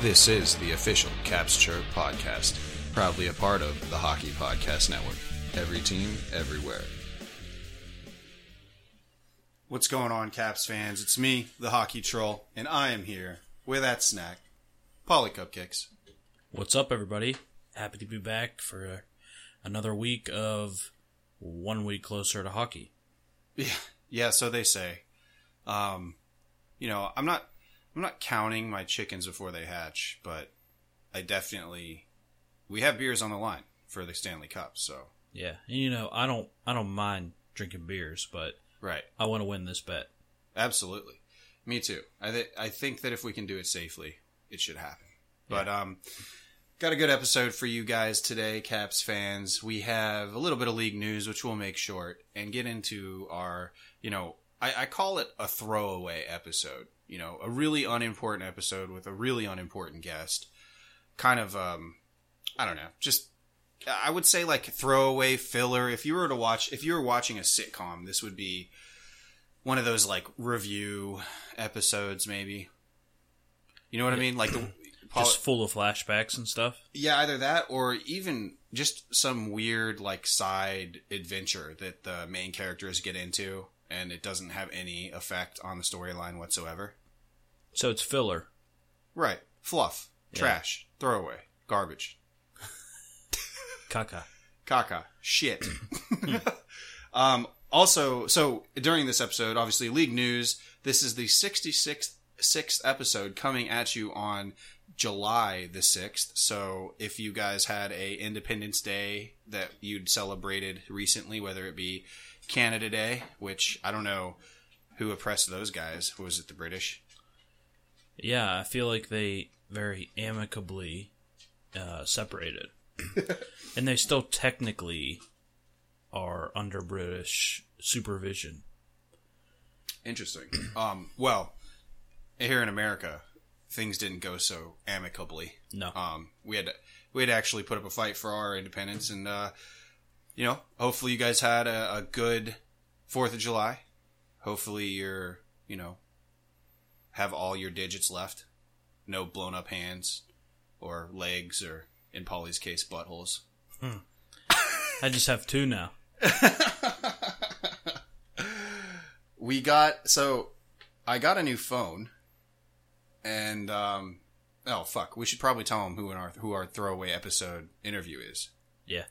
This is the official Caps Chirp podcast, proudly a part of the Hockey Podcast Network. Every team, everywhere. What's going on, Caps fans? It's me, the Hockey Troll, and I am here with that snack, Polly Cupcakes. What's up, everybody? Happy to be back for another week of one week closer to hockey. Yeah, yeah. So they say. Um, you know, I'm not, I'm not counting my chickens before they hatch, but I definitely, we have beers on the line for the Stanley Cup. So Yeah, and you know I don't I don't mind drinking beers, but right, I want to win this bet. absolutely. Me too. I th- I think that if we can do it safely, it should happen. But um, got a good episode for you guys today, Caps fans. We have a little bit of league news, which we'll make short, and get into our, you know, I, I call it a throwaway episode. You know, a really unimportant episode with a really unimportant guest. Kind of, um, I don't know, just. I would say like throwaway filler. If you were to watch, if you were watching a sitcom, this would be one of those like review episodes, maybe. You know what I mean? Like the Just full of flashbacks and stuff. yeah, either that or even just some weird like side adventure that the main characters get into and it doesn't have any effect on the storyline whatsoever. So it's filler. Right. Fluff, trash, throwaway, garbage, Kaka. caca, shit. um also, so during this episode, obviously league news, this is the 66th sixth episode coming at you on July the 6th. So if you guys had a Independence Day that you'd celebrated recently, whether it be Canada Day, which I don't know who oppressed those guys, was it the British? Yeah, I feel like they very amicably uh, separated, and they still technically are under British supervision. Interesting. um well, here in America, things didn't go so amicably. No, um, we had to, we had to actually put up a fight for our independence, and uh, you know, hopefully you guys had a, a good Fourth of July. Hopefully you're you know have all your digits left, no blown up hands or legs or in Polly's case buttholes. I just have two now. we got so I got a new phone, and um, oh fuck, we should probably tell them who in our who our throwaway episode interview is. Yeah.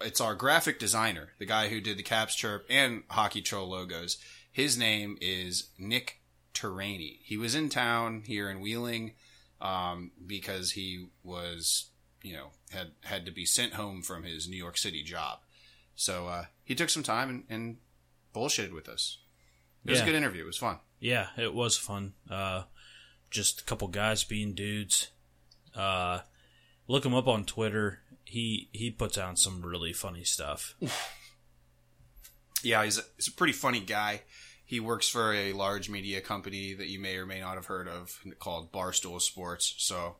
it's our graphic designer, the guy who did the Caps Chirp and Hockey Troll logos. His name is Nick Terraney. He was in town here in Wheeling um, because he was, you know, had had to be sent home from his New York City job. So uh, he took some time and, and bullshitted with us. It was Yeah. a good interview. It was fun. Yeah, it was fun. Uh, just a couple guys being dudes. Uh, look him up on Twitter. He he puts out some really funny stuff. Yeah, he's a, he's a pretty funny guy. He works for a large media company that you may or may not have heard of called Barstool Sports. So,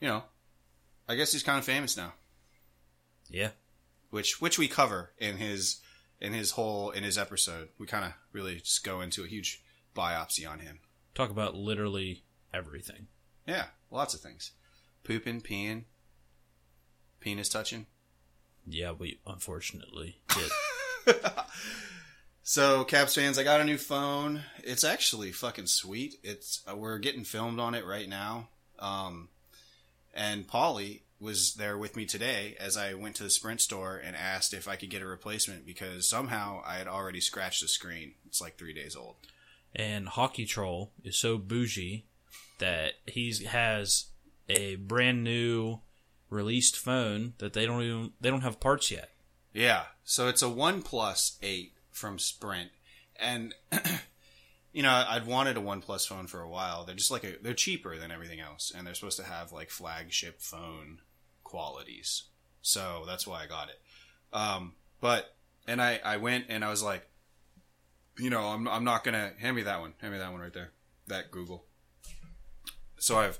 you know, I guess he's kind of famous now, Yeah, which which we cover in his in his whole in his episode. We kind of really just go into a huge biopsy on him. talk about literally everything. Yeah, lots of things. Pooping, peeing, penis touching. Yeah, we unfortunately did. So, Caps fans, I got a new phone. It's actually fucking sweet. It's uh, we're getting filmed on it right now. Um, and Polly was there with me today as I went to the Sprint store and asked if I could get a replacement because somehow I had already scratched the screen. It's like three days old. and Hockey Troll is so bougie that he has a brand new released phone that they don't even they don't have parts yet. Yeah. So it's a one plus eight from Sprint, and you know I'd wanted a one plus phone for a while. They're just like a, they're cheaper than everything else, and they're supposed to have like flagship phone qualities. So that's why I got it. Um, but and I I went and I was like, you know I'm I'm not gonna hand me that one. Hand me that one right there. That Google. So I've.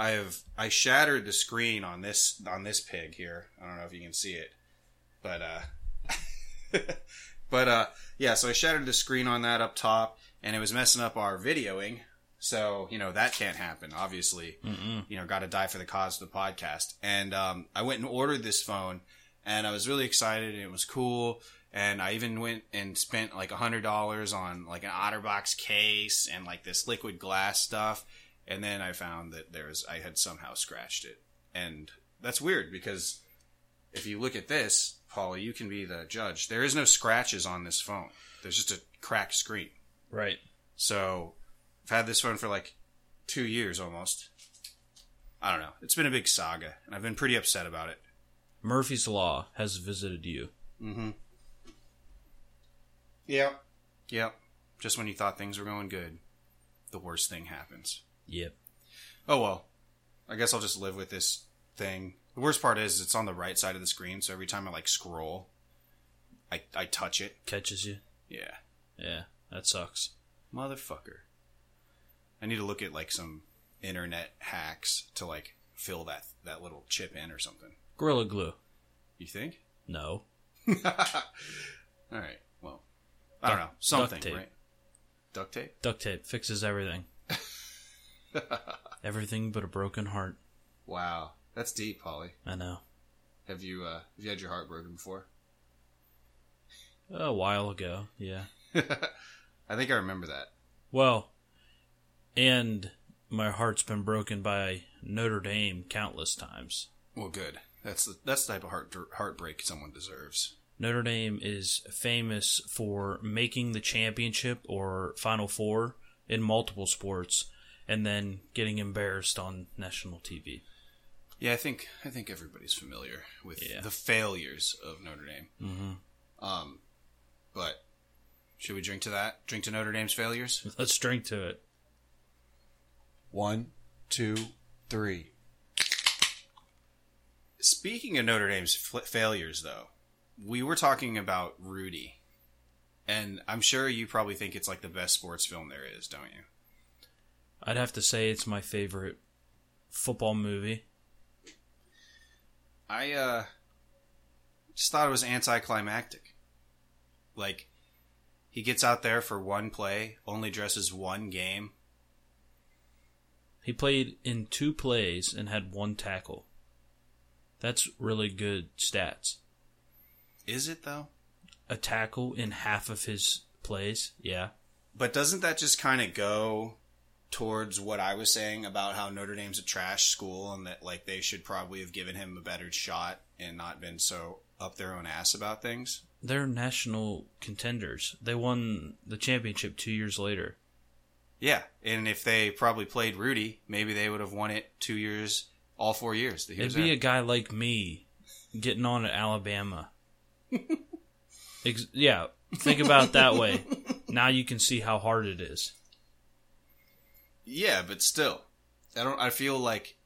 I have I shattered the screen on this on this pig here. I don't know if you can see it but uh but uh yeah so i shattered the screen on that up top and it was messing up our videoing So, you know, that can't happen, obviously. You know, got to die for the cause of the podcast. And um, I went and ordered this phone, and I was really excited, and it was cool. And I even went and spent like $100 on like an Otterbox case and like this liquid glass stuff. And then I found that there was, I had somehow scratched it. And that's weird because if you look at this, Paul, you can be the judge. There is no scratches on this phone, there's just a cracked screen. Right. So I've had this phone for like two years almost. I don't know. It's been a big saga, and I've been pretty upset about it. Murphy's Law has visited you. Yeah. Yep. Just when you thought things were going good, the worst thing happens. Yep. Oh well. I guess I'll just live with this thing. The worst part is it's on the right side of the screen, so every time I like scroll, I I touch it. Catches you. Yeah. Yeah. That sucks. Motherfucker. I need to look at like some internet hacks to like fill that that little chip in or something. Gorilla Glue. You think? No. All right. Well, I don't know. Something, duct tape. right? Duct tape? Duct tape fixes everything. everything but a broken heart. Wow. That's deep, Polly. I know. Have you uh have you had your heart broken before? A while ago. Yeah. I think I remember that. Well, and my heart's been broken by Notre Dame countless times. Well, good. That's the that's the type of heart heartbreak someone deserves. Notre Dame is famous for making the championship or Final Four in multiple sports and then getting embarrassed on national TV. Yeah, I think I think everybody's familiar with Yeah. the failures of Notre Dame. Mm-hmm. Um, but should we drink to that? Drink to Notre Dame's failures. Let's drink to it. One, two, three. Speaking of Notre Dame's fl- failures, though, we were talking about Rudy, and I'm sure you probably think it's like the best sports film there is, don't you? I'd have to say it's my favorite football movie. I uh, just thought it was anticlimactic. Like, he gets out there for one play, only dresses one game. He played in two plays and had one tackle. That's really good stats. Is it though? A tackle in half of his plays, yeah. But doesn't that just kind of go towards what I was saying about how Notre Dame's a trash school and that like they should probably have given him a better shot and not been so up their own ass about things? They're national contenders. They won the championship two years later. Yeah, and if they probably played Rudy, maybe they would have won it two years, all four years. that he was It'd be there. a guy like me getting on at Alabama. Ex- yeah, think about it that way. Now you can see how hard it is. Yeah, but still, I don't. I feel like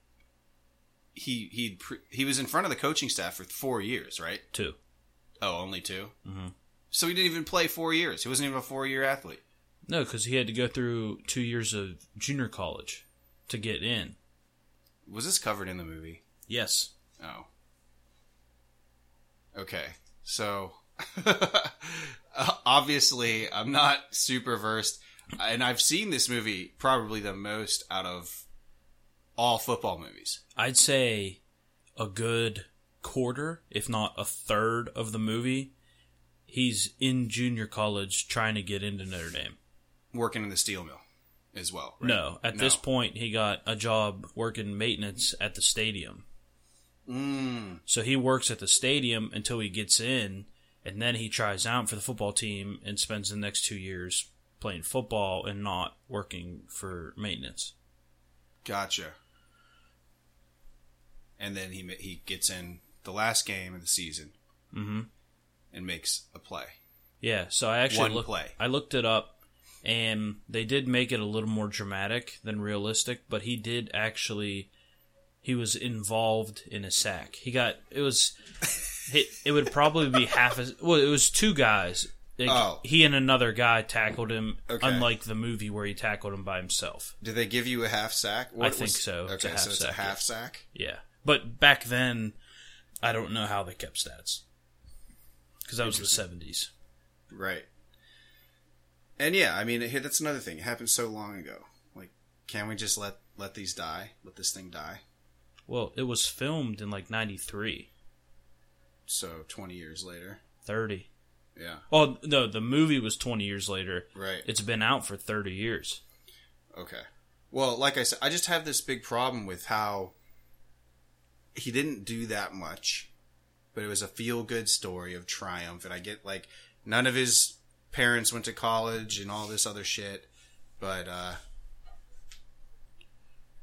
he he he was in front of the coaching staff for four years, right? Two. Oh, only 2 Mm-hmm. So he didn't even play four years. He wasn't even a four year athlete. No, because he had to go through two years of junior college to get in. Was this covered in the movie? Yes. Oh. Okay. So uh, obviously I'm not super versed and I've seen this movie probably the most out of all football movies. I'd say a good quarter, if not a third of the movie, he's in junior college trying to get into Notre Dame. Working in the steel mill as well. right? No, at this No. point, he got a job working maintenance at the stadium. Mm. So he works at the stadium until he gets in, and then he tries out for the football team and spends the next two years playing football and not working for maintenance. Gotcha. And then he ma- he gets in the last game of the season Mm-hmm. and makes a play. Yeah, so I actually One looked, play. I looked it up, and they did make it a little more dramatic than realistic. But he did actually, he was involved in a sack. He got it was, it, it would probably be half as well. It was two guys. Like, Oh. he and another guy tackled him. Okay. Unlike the movie where he tackled him by himself. Did they give you a half sack? What think so. It's Okay, a half so it's a sack, half sack. Yeah, but back then, I don't know how they kept stats because that was the seventies. Right. And yeah, I mean, it, that's another thing. It happened so long ago. Like Can we just let let these die? Let this thing die? Well, it was filmed in like 93, So twenty years later, 30. yeah, Well, no, the movie was 20 years later. right. It's been out for 30 years. Okay. Well, like I said, I just have this big problem with how he didn't do that much, but it was a feel good story of triumph. And I get like none of his parents went to college and all this other shit, but uh,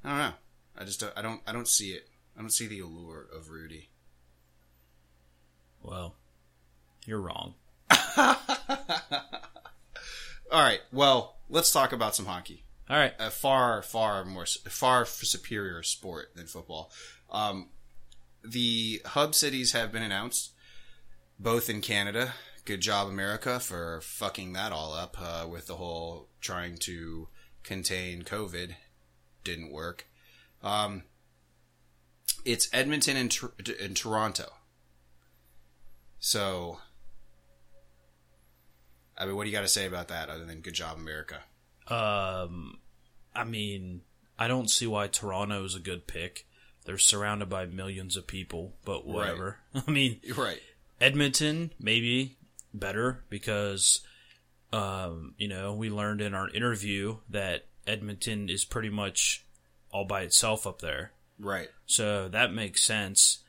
I don't know. I just don't, I don't I don't see it. I don't see the allure of Rudy. Well, you're wrong. All right. Well, let's talk about some hockey. All right. a far, far more, far superior sport than football. Um, the hub cities have been announced, both in Canada. Good job, America, for fucking that all up uh, with the whole trying to contain COVID. Didn't work. Um, it's Edmonton and, Tor- and Toronto. So, I mean, what do you got to say about that other than good job, America? Um, I mean, I don't see why Toronto is a good pick. They're surrounded by millions of people, but whatever. I mean, You're right. Edmonton maybe better because, um, you know, we learned in our interview that Edmonton is pretty much all by itself up there. Right. So that makes sense.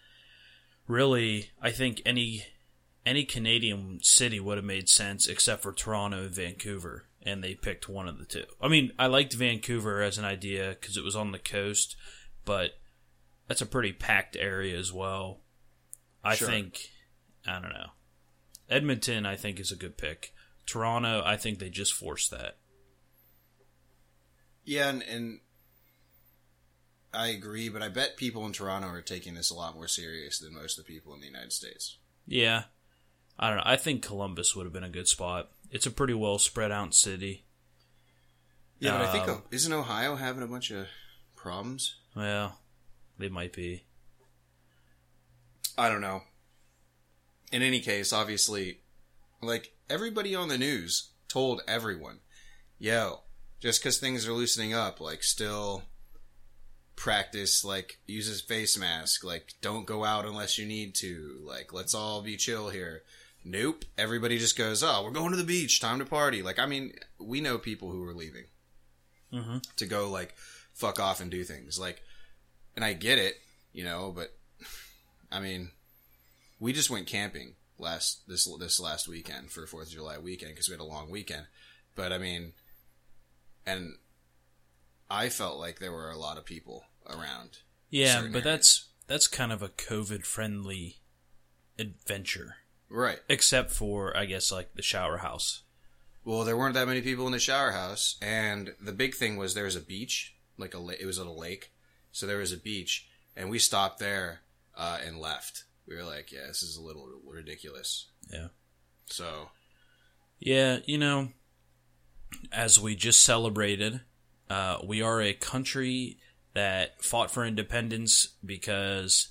Really, I think any any Canadian city would have made sense except for Toronto and Vancouver, and they picked one of the two. I mean, I liked Vancouver as an idea because it was on the coast, but that's a pretty packed area as well. I Sure. think I don't know. Edmonton, I think, is a good pick. Toronto, I think they just forced that. Yeah, and, and I agree, but I bet people in Toronto are taking this a lot more serious than most of the people in the United States. Yeah. I don't know. I think Columbus would have been a good spot. It's a pretty well spread out city. Yeah, but I think uh, Um, isn't Ohio having a bunch of problems? Well, they might be. I don't know. In any case, obviously, like everybody on the news told everyone, yo, just because things are loosening up, like still practice, like use a face mask, like don't go out unless you need to, like let's all be chill here. Nope. Everybody just goes, oh, we're going to the beach, time to party. Like, I mean, we know people who are leaving hmm to go, like, fuck off and do things. Like, and I get it, you know, but I mean, we just went camping last this this last weekend for Fourth of July weekend because we had a long weekend. But I mean, and I felt like there were a lot of people around. Yeah, Certain but that's that's kind of a COVID friendly adventure, Right. except for I guess like the shower house. Well, there weren't that many people in the shower house, and the big thing was there was a beach, like a la- it was at a lake, so there was a beach, and we stopped there uh, and left. We were like, yeah, this is a little ridiculous. Yeah. So Yeah, you know, as we just celebrated, uh, we are a country that fought for independence because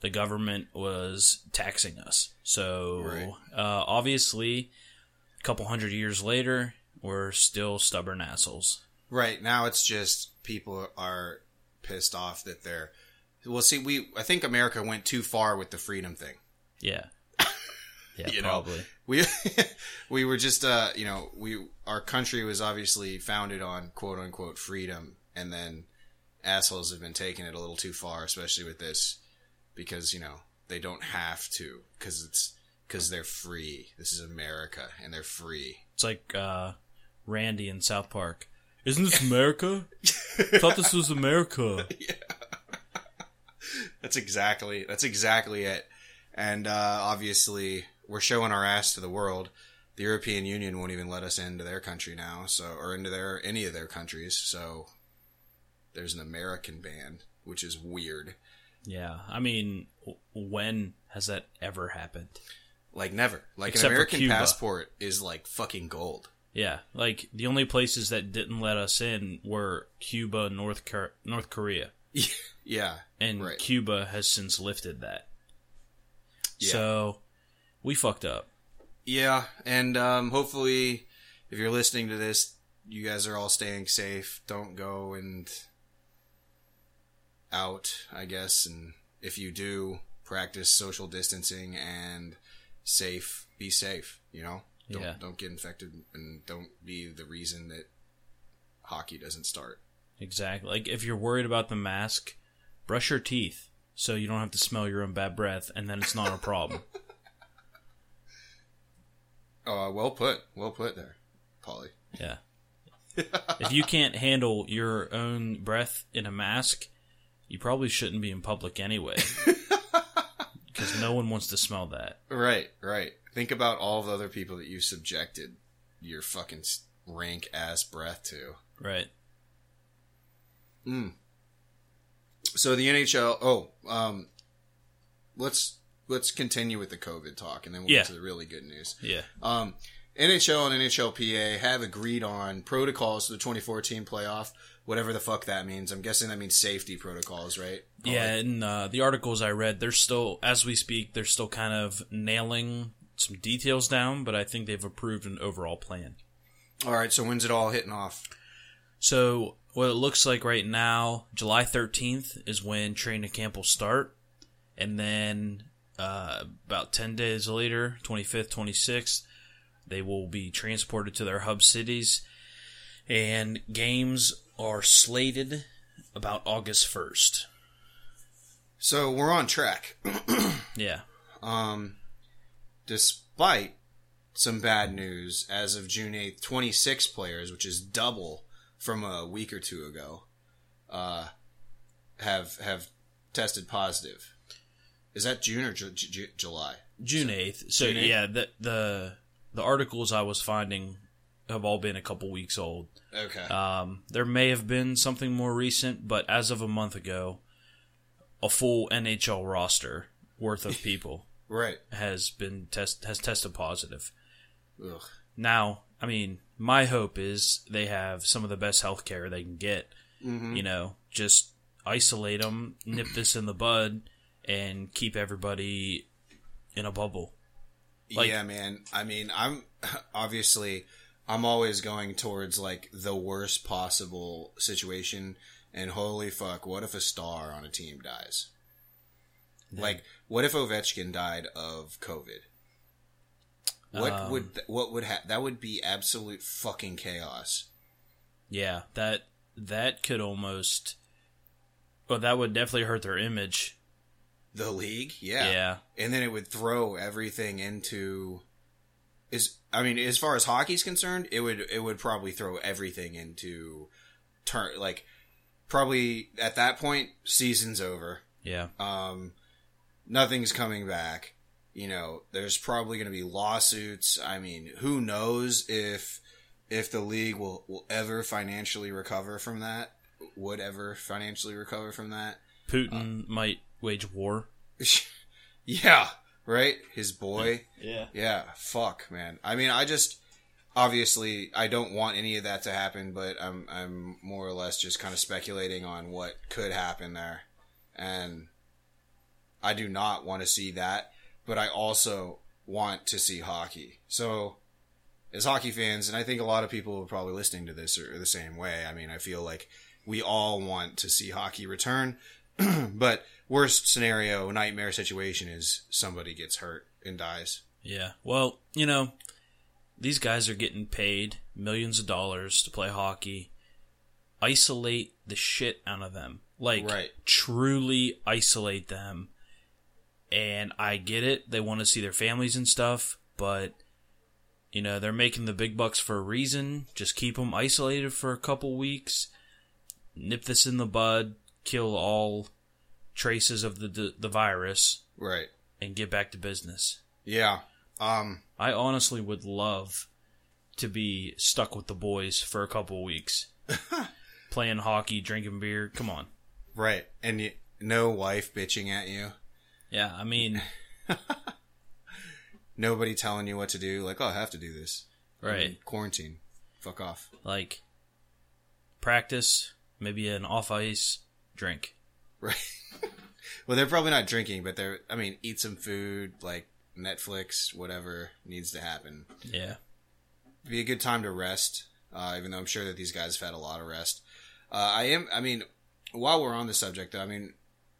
the government was taxing us. So Right. uh, obviously, a couple hundred years later, we're still stubborn assholes. Right now, it's just people are pissed off that they're. Well, see, we I think America went too far with the freedom thing. Yeah. Yeah, You know. probably. We we were just uh you know we our country was obviously founded on quote unquote freedom, and then assholes have been taking it a little too far, especially with this, because you know they don't have to because it's because they're free. This is America, and they're free. It's like uh, Randy in South Park. Isn't this America? I thought this was America. That's exactly that's exactly it. And uh, obviously, we're showing our ass to the world. The European Union won't even let us into their country now, so or into their any of their countries. So there's an American ban, which is weird. Yeah, I mean, w- when has that ever happened? Like never. Like Except for an American Cuba. passport is like fucking gold. Yeah, like the only places that didn't let us in were Cuba, North Cor- North Korea, Yeah. and Right. Cuba has since lifted that. Yeah. So we fucked up. Yeah, and um, hopefully, if you're listening to this, you guys are all staying safe. Don't go and out, I guess. And if you do, practice social distancing and safe. Be safe. You know, don't Yeah. don't get infected and don't be the reason that hockey doesn't start. Exactly. Like if you're worried about the mask, brush your teeth so you don't have to smell your own bad breath, and then it's not a problem. Uh, well put. Well put there, Polly. yeah. If you can't handle your own breath in a mask, you probably shouldn't be in public anyway. Because no one wants to smell that. Right, right. Think about all the other people that you subjected your fucking s- rank ass breath to. Right. So the NHL. Oh, um, let's let's continue with the COVID talk, and then we'll Yeah. get to the really good news. Yeah. Um, NHL and NHLPA have agreed on protocols for the 2014 playoff, whatever the fuck that means. I'm guessing that means safety protocols, right? Yeah, and uh, the articles I read, they're still, as we speak, they're still kind of nailing some details down, but I think they've approved an overall plan. All right. So when's it all hitting off? So what it looks like right now, July 13th is when training camp will start, and then uh, about 10 days later, 25th, 26th, they will be transported to their hub cities, and games are slated about August 1st. So we're on track. Yeah, um, despite some bad news, as of June 8th, 26 players, which is double from a week or two ago, uh, have have tested positive. Is that June or Ju- Ju- Ju- July? June 8th. So June 8th? yeah, the the the articles I was finding have all been a couple weeks old. Okay. Um, there may have been something more recent, but as of a month ago, a full NHL roster worth of people right. has been test has tested positive. Ugh. Now, I mean, my hope is they have some of the best health care they can get. You know, just isolate them, nip this in the bud, and keep everybody in a bubble. Like- yeah, man. I mean, I'm obviously I'm always going towards like the worst possible situation and holy fuck, what if a star on a team dies? Like what if Ovechkin died of COVID? What Um, would th- what would ha- that would be absolute fucking chaos. Yeah, that that could almost. Well, that would definitely hurt their image. The league? Yeah. Yeah. And then it would throw everything into is I mean, as far as hockey's concerned, it would it would probably throw everything into turn like probably at that point season's over. Yeah. Um nothing's coming back. You know, there's probably going to be lawsuits. I mean, who knows if if the league will, will ever financially recover from that? Would ever financially recover from that? Putin might wage war. yeah, right? His boy. Yeah. Yeah, fuck, man. I mean, I just obviously I don't want any of that to happen, but I'm I'm more or less just kind of speculating on what could happen there. And I do not want to see that, but I also want to see hockey. So as hockey fans, and I think a lot of people who are probably listening to this are, are the same way. I mean, I feel like we all want to see hockey return, but worst scenario, nightmare situation is somebody gets hurt and dies. Yeah. Well, you know, these guys are getting paid millions of dollars to play hockey. Isolate the shit out of them. Like Right. truly isolate them. And I get it. They want to see their families and stuff, but you know, they're making the big bucks for a reason. Just keep them isolated for a couple weeks. Nip this in the bud, kill all traces of the the, the virus Right. and get back to business. Yeah. Um. I honestly would love to be stuck with the boys for a couple weeks, playing hockey, drinking beer. Come on. Right. And you, no wife bitching at you. Yeah, I mean, Nobody telling you what to do. Like, oh, I have to do this. right? Quarantine. Fuck off. Like practice, maybe an off ice drink. Right. well, they're probably not drinking, but they're. I mean, eat some food. Like Netflix. Whatever needs to happen. Yeah, Be a good time to rest. uh, even though I'm sure that these guys have had a lot of rest. Uh, I am, I mean, while we're on the subject, though, I mean,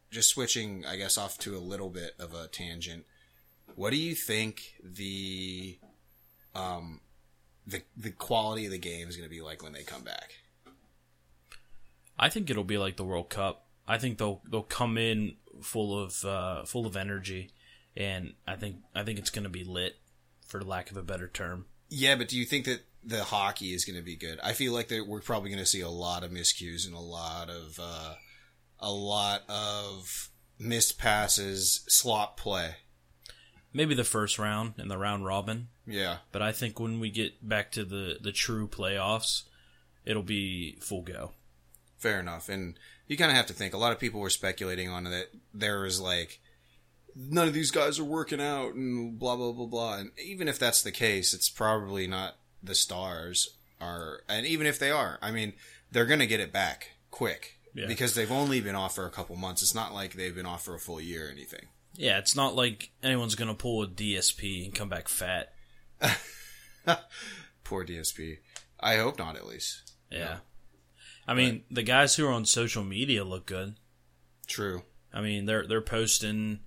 just switching, I guess, off to a little bit of a tangent. What do you think the, um, the the quality of the game is going to be like when they come back? I think it'll be like the World Cup. I think they'll they'll come in full of uh, full of energy, and I think I think it's going to be lit, for lack of a better term. Yeah, but do you think that the hockey is going to be good? I feel like that we're probably going to see a lot of miscues and a lot of uh, a lot of missed passes, slot play. Maybe the first round and the round robin, Yeah, but I think when we get back to the the true playoffs, it'll be full go. fair enough. And you kind of have to think. A lot of people were speculating on that there was like none of these guys are working out and blah blah blah blah. And even if that's the case, it's probably not the stars are. And even if they are, I mean, they're going to get it back quick Yeah. because they've only been off for a couple months. It's not like they've been off for a full year or anything. Yeah, it's not like anyone's going to pull a DSP and come back fat. Poor DSP. I hope not, at least. Yeah. I mean, the guys who are on social media look good. True. I mean, they're they're posting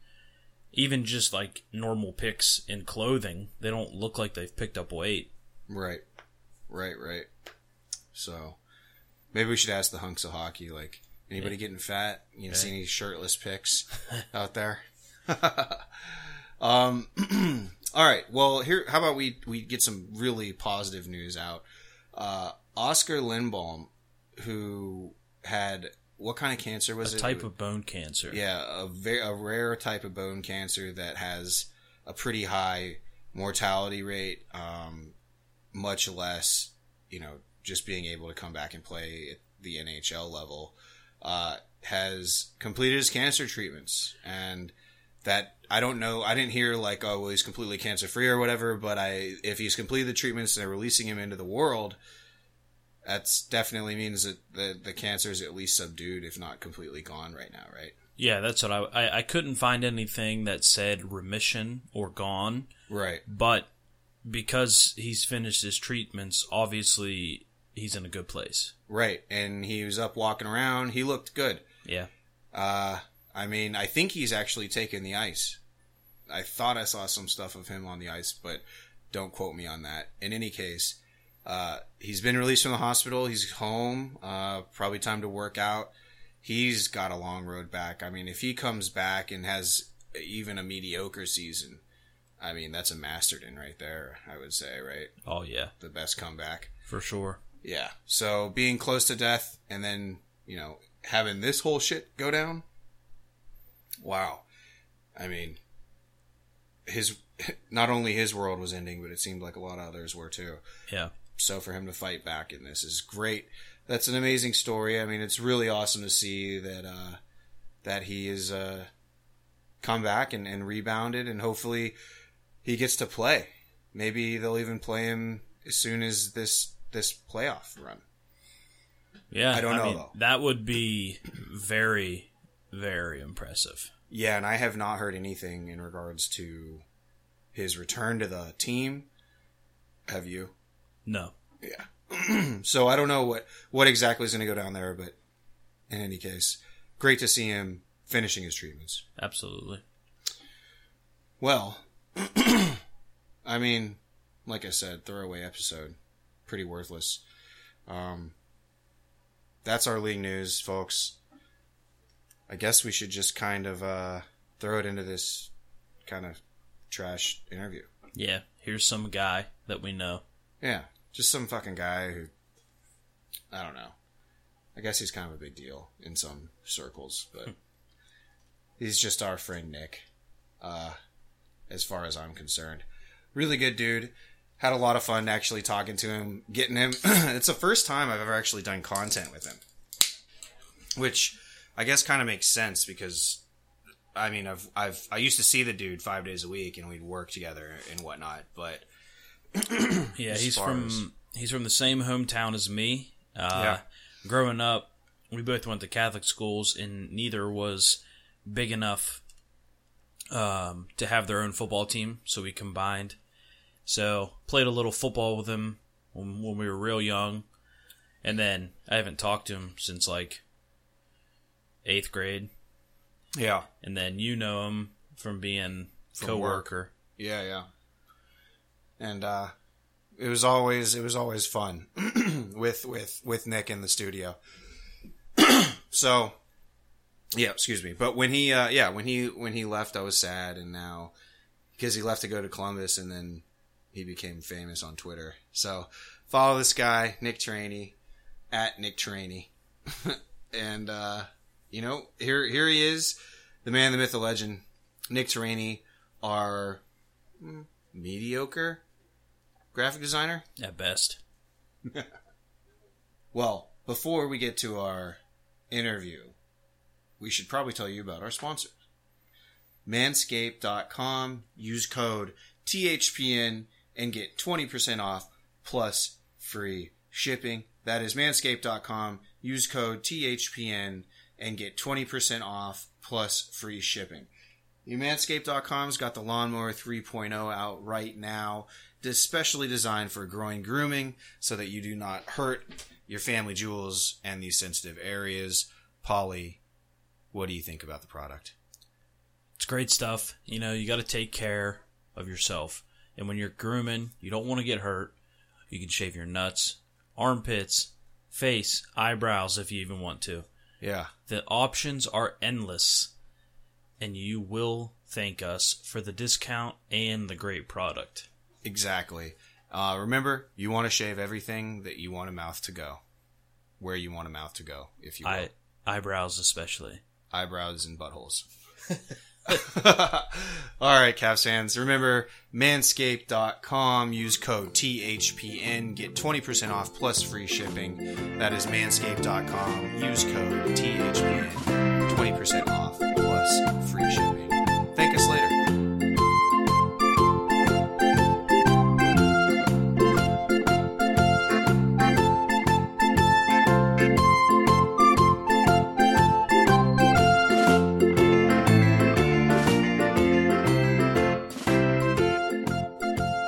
even just like normal pics in clothing. They don't look like they've picked up weight. Right. Right, right. So maybe we should ask the hunks of hockey, like anybody getting fat? You see any shirtless pics out there? um all right. Well here how about we we get some really positive news out. Uh Oscar Lindbaum, who had what kind of cancer was it? Type of bone cancer. Yeah, a very a rare type of bone cancer that has a pretty high mortality rate. Um, much less, you know, just being able to come back and play at the NHL level. Uh, has completed his cancer treatments, and that I don't know. I didn't hear like, oh, well, he's completely cancer free or whatever. But I, if he's completed the treatments and they're releasing him into the world. That's definitely means that the, the cancer is at least subdued, if not completely gone right now, right? Yeah, that's what I, I I couldn't find anything that said remission or gone, Right. but because he's finished his treatments, obviously he's in a good place. Right. And he was up walking around. He looked good. Yeah. Uh, I mean, I think he's actually taken the ice. I thought I saw some stuff of him on the ice, but don't quote me on that. In any case, uh, he's been released from the hospital. He's home. Uh, probably time to work out. He's got a long road back. I mean, if he comes back and has even a mediocre season, I mean, that's a Masterton right there, I would say, right? Oh yeah, The best comeback. for sure. Yeah. So being close to death and then, you know, having this whole shit go down. Wow. I mean, his not only his world was ending, but it seemed like a lot of others were too. Yeah. So for him to fight back in this is great. That's an amazing story. I mean, it's really awesome to see that uh, that he is uh, come back and, and rebounded, and hopefully he gets to play. Maybe they'll even play him as soon as this this playoff run. Yeah. I don't know, though. That would be very very impressive. Yeah, and I have not heard anything in regards to his return to the team. Have you? No. So I don't know what what exactly is going to go down there, but in any case, great to see him finishing his treatments. Absolutely. Well, I mean, like I said, throwaway episode, pretty worthless. Um, that's our league news, folks. I guess we should just kind of uh, throw it into this kind of trash interview. Yeah. Here's some guy that we know. Yeah, just some fucking guy who I don't know. I guess he's kind of a big deal in some circles, but he's just our friend Nick. Uh, as far as I'm concerned, really good dude. Had a lot of fun actually talking to him, getting him. it's the first time I've ever actually done content with him, which I guess kind of makes sense because I mean I've I've I used to see the dude five days a week and we'd work together and whatnot, but Yeah, As he's far from as- he's from the same hometown as me. Uh, Yeah. Growing up, we both went to Catholic schools, and neither was big enough um, to have their own football team, so we combined. So played a little football with him when, when we were real young, and then I haven't talked to him since like eighth grade, Yeah. and then you know him from being From work. coworker. Yeah, yeah. And uh it was always it was always fun with with with Nick in the studio. so yeah, excuse me. But when he uh yeah, when he when he left I was sad and now because he left to go to Columbus and then he became famous on Twitter. So follow this guy, Nick Trainey, at Nick Trainey. and uh you know, here here he is, the man, the myth, the legend, Nick Trainey, our mm, mediocre graphic designer. At best, Well, before we get to our interview, we should probably tell you about our sponsor. Manscaped.com. Use code THPN and get 20% off plus free shipping. That is manscaped.com. Use code THPN and get 20% off plus free shipping. Your Manscaped.com's got the Lawnmower 3.0 out right now, especially designed for growing grooming so that you do not hurt your family jewels and these sensitive areas. Polly, what do you think about the product? it's great stuff. You know, you got to take care of yourself, and when you're grooming, you don't want to get hurt. You can shave your nuts, armpits, face, eyebrows if you even want to. Yeah. The options are endless, and you will thank us for the discount and the great product. Exactly. Uh, remember, you want to shave everything that you want a mouth to go, where you want a mouth to go, if you will. I eyebrows especially. eyebrows and buttholes. All right, Cavs fans. Remember, manscaped.com. Use code THPN. Get 20% off plus free shipping. That is manscaped.com. Use code THPN. 20% off plus free shipping. Thank us later.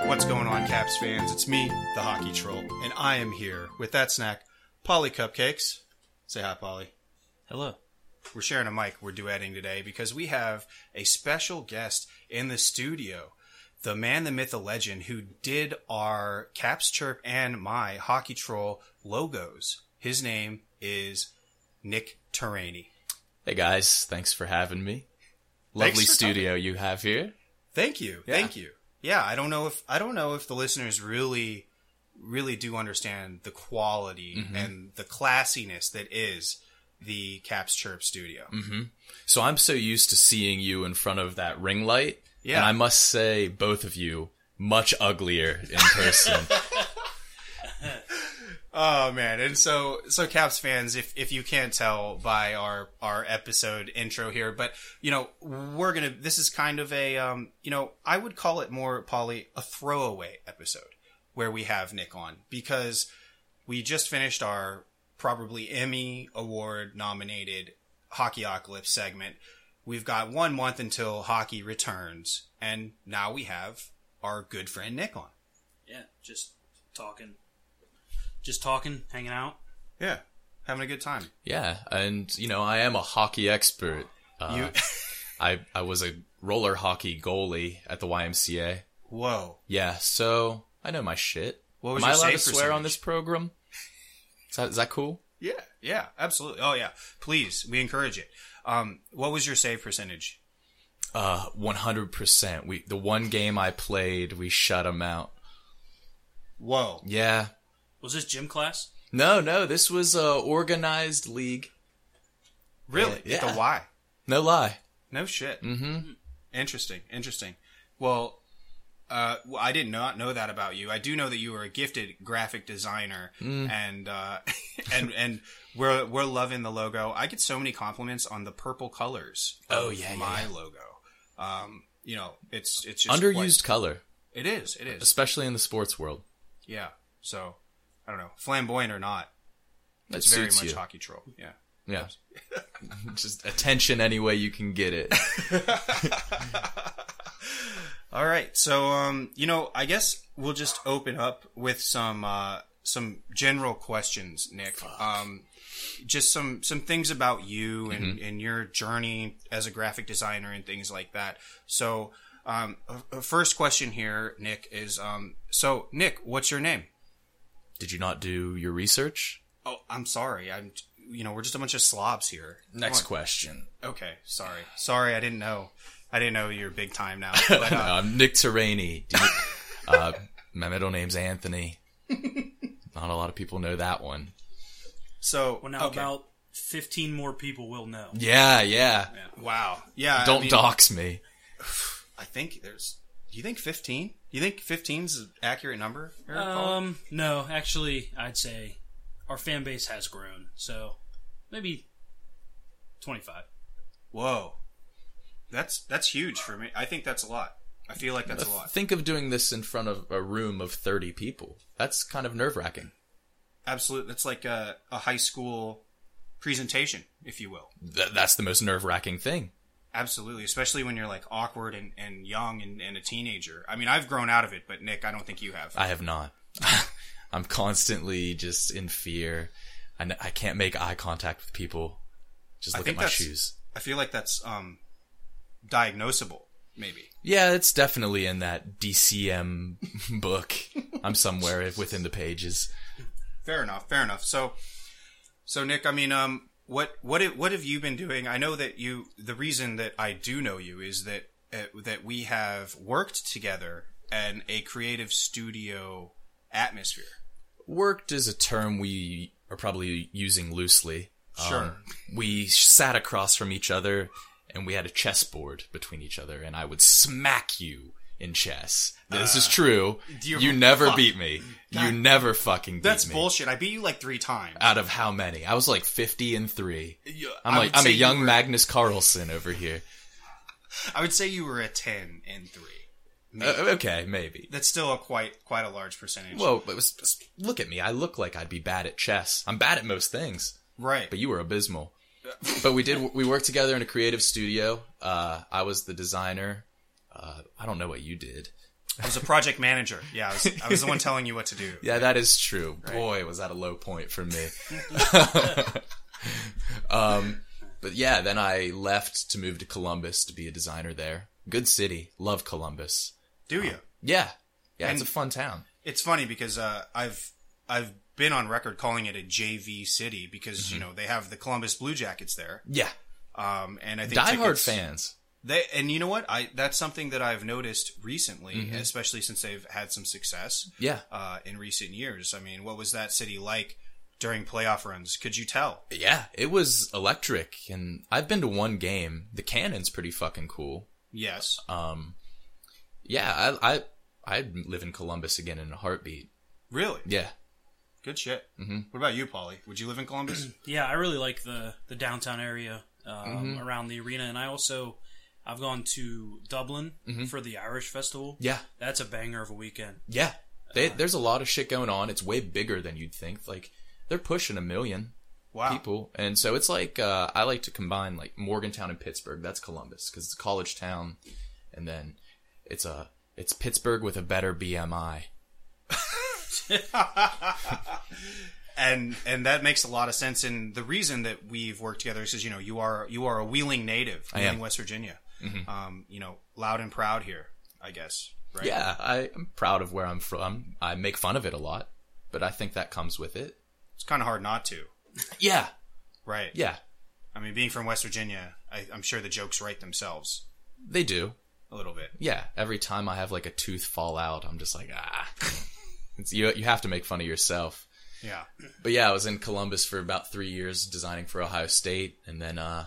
What's going on, Caps fans? It's me, the Hockey Troll, and I am here with that snack, Polly Cupcakes. Say hi, Polly. Hello. We're sharing a mic. We're duetting today because we have a special guest in the studio. The man, the myth, the legend who did our Caps Chirp and my Hockey Troll logos. His name is Nick Terraney. Hey guys, thanks for having me. Lovely for studio you have here. Thank you. Thank you. Yeah, I don't know if I don't know if the listeners really really do understand the quality and the classiness that is the Caps Chirp studio. So I'm so used to seeing you in front of that ring light. Yeah. And I must say, both of you, much uglier in person. Oh man. And so so Caps fans, if if you can't tell by our our episode intro here, but you know, we're going to this is kind of a um, you know, I would call it more Polly a throwaway episode where we have Nick on because we just finished our probably Emmy award nominated Hockeyocalypse segment. We've got one month until hockey returns, and now we have our good friend Nick on. Yeah, just talking. Just talking, hanging out. Yeah, having a good time. yeah. And, you know, I am a hockey expert. Uh, You- I, I was a roller hockey goalie at the YMCA. Whoa, Yeah. So I know my shit. What was Am I your allowed to save swear on percentage? this program? Is that, is that cool? yeah, yeah, absolutely. Oh yeah, please, we encourage it. Um, what was your save percentage? Uh, 100%. We, the one game I played, we shut them out. Whoa, Yeah. Was this gym class? No, no, this was a organized league. really? Yeah, yeah. The why? No lie. No shit. Mm-hmm. Interesting. Interesting. Well, uh, well, I did not know that about you. I do know that you are a gifted graphic designer, Mm. and uh, and and we're we're loving the logo. I get so many compliments on the purple colors. Oh, of yeah, yeah, my logo. Um, you know, it's it's just Underused quite- color, it is. It is. especially in the sports world. Yeah. So I don't know, flamboyant or not, That it's very suits much you. hockey troll. Yeah. Yeah. Just attention any way you can get it. All right. So, um, you know, I guess we'll just open up with some uh, some general questions, Nick. Um, just some some things about you and, and your journey as a graphic designer and things like that. So, um, a- a first question here, Nick, is um, so Nick, what's your name? Did you not do your research? Oh, I'm sorry. I'm you know we're just a bunch of slobs here. Next question. Okay, sorry, sorry. I didn't know. I didn't know you're big time now. But, uh, Um, Nick Terraney. Do you- uh, my middle name's Anthony. not a lot of people know that one. so Well, now okay. about 15 more people will know. Yeah, yeah. wow. Yeah. I Don't mean- dox me. I think there's. Do you think 15? You think 15's an accurate number? Eric Uh, Paul? Um, no, actually, I'd say our fan base has grown. So maybe 25. Whoa, that's that's huge for me. I think that's a lot. I feel like that's a lot. Think of doing this in front of a room of 30 people. That's kind of nerve wracking. Absolutely, that's like a, a high school presentation, if you will. Th- that's the most nerve wracking thing. Absolutely, especially when you're like awkward and, and young and, and a teenager. I mean, I've grown out of it, but Nick, I don't think you have. I have not. I'm constantly just in fear. I, n- I can't make eye contact with people. Just I look at think my that's- shoes. I feel like that's um diagnosable, maybe. Yeah, it's definitely in that DCM book. I'm somewhere within the pages. Fair enough. Fair enough. So, so Nick, I mean, um, what what have- what have you been doing? I know that you. The reason that I do know you is that uh, that we have worked together in a creative studio atmosphere. Worked is a term we are probably using loosely. Uh, Sure. we sat across from each other and we had a chessboard between each other, and I would smack you in chess. This is true. Uh, do you- You, never fuck. beat me. you never fucking beat That's me. bullshit. I beat you like three times. Out of how many? I was like 50 and 3. I'm I like, would I'm a say you young were- Magnus Carlsen over here. I would say you were a ten and three. Uh, okay, maybe. That's still a quite quite a large percentage. Whoa, but was, look at me. I look like I'd be bad at chess. I'm bad at most things, right. but you were abysmal. but we did. We worked together in a creative studio. Uh, I was the designer. Uh, I don't know what you did. I was a project manager. Yeah, I was, I was the one telling you what to do. Yeah, that is true. Boy, was that a low point for me. um, but yeah, then I left to move to Columbus to be a designer there. Good city. Love Columbus. Do you? Yeah. Yeah, it's a And- fun town. it's funny because uh, I've I've been on record calling it a JV city because you know they have the Columbus Blue Jackets there, Yeah. um, and I think Diehard tickets- fans. They and you know what I that's something that I've noticed recently, especially since they've had some success Yeah. uh, in recent years. I mean, what was that city like during playoff runs? Could you tell? Yeah, it was electric, and I've been to one game. The cannon's pretty fucking cool. Yes, Um, yeah, I I I'd live in Columbus again in a heartbeat. really Yeah, good shit. Mm-hmm. What about you, Polly? Would you live in Columbus? Yeah, I really like the, the downtown area um, around the arena. And I also, I've gone to Dublin for the Irish Festival. yeah, That's a banger of a weekend. yeah. They, there's a lot of shit going on. It's way bigger than you'd think. Like they're pushing a million wow, people, and so it's like uh, I like to combine like Morgantown and Pittsburgh. That's Columbus because it's a college town, and then it's a it's Pittsburgh with a better BMI. and and that makes a lot of sense. And the reason that we've worked together is 'cause, you know you are you are a Wheeling native, am. Mm-hmm. Wheeling, West Virginia. Um, you know, loud and proud here, I guess. Right? Yeah, I, I'm proud of where I'm from. I make fun of it a lot, but I think that comes with it. it's kind of hard not to, Yeah, right? yeah, I mean, being from West Virginia, I, I'm sure the jokes write themselves they do. a little bit. Yeah, every time I have like a tooth fall out, I'm just like, ah. It's, you you have to make fun of yourself. Yeah, But yeah, I was in Columbus for about three years designing for Ohio State, and then uh,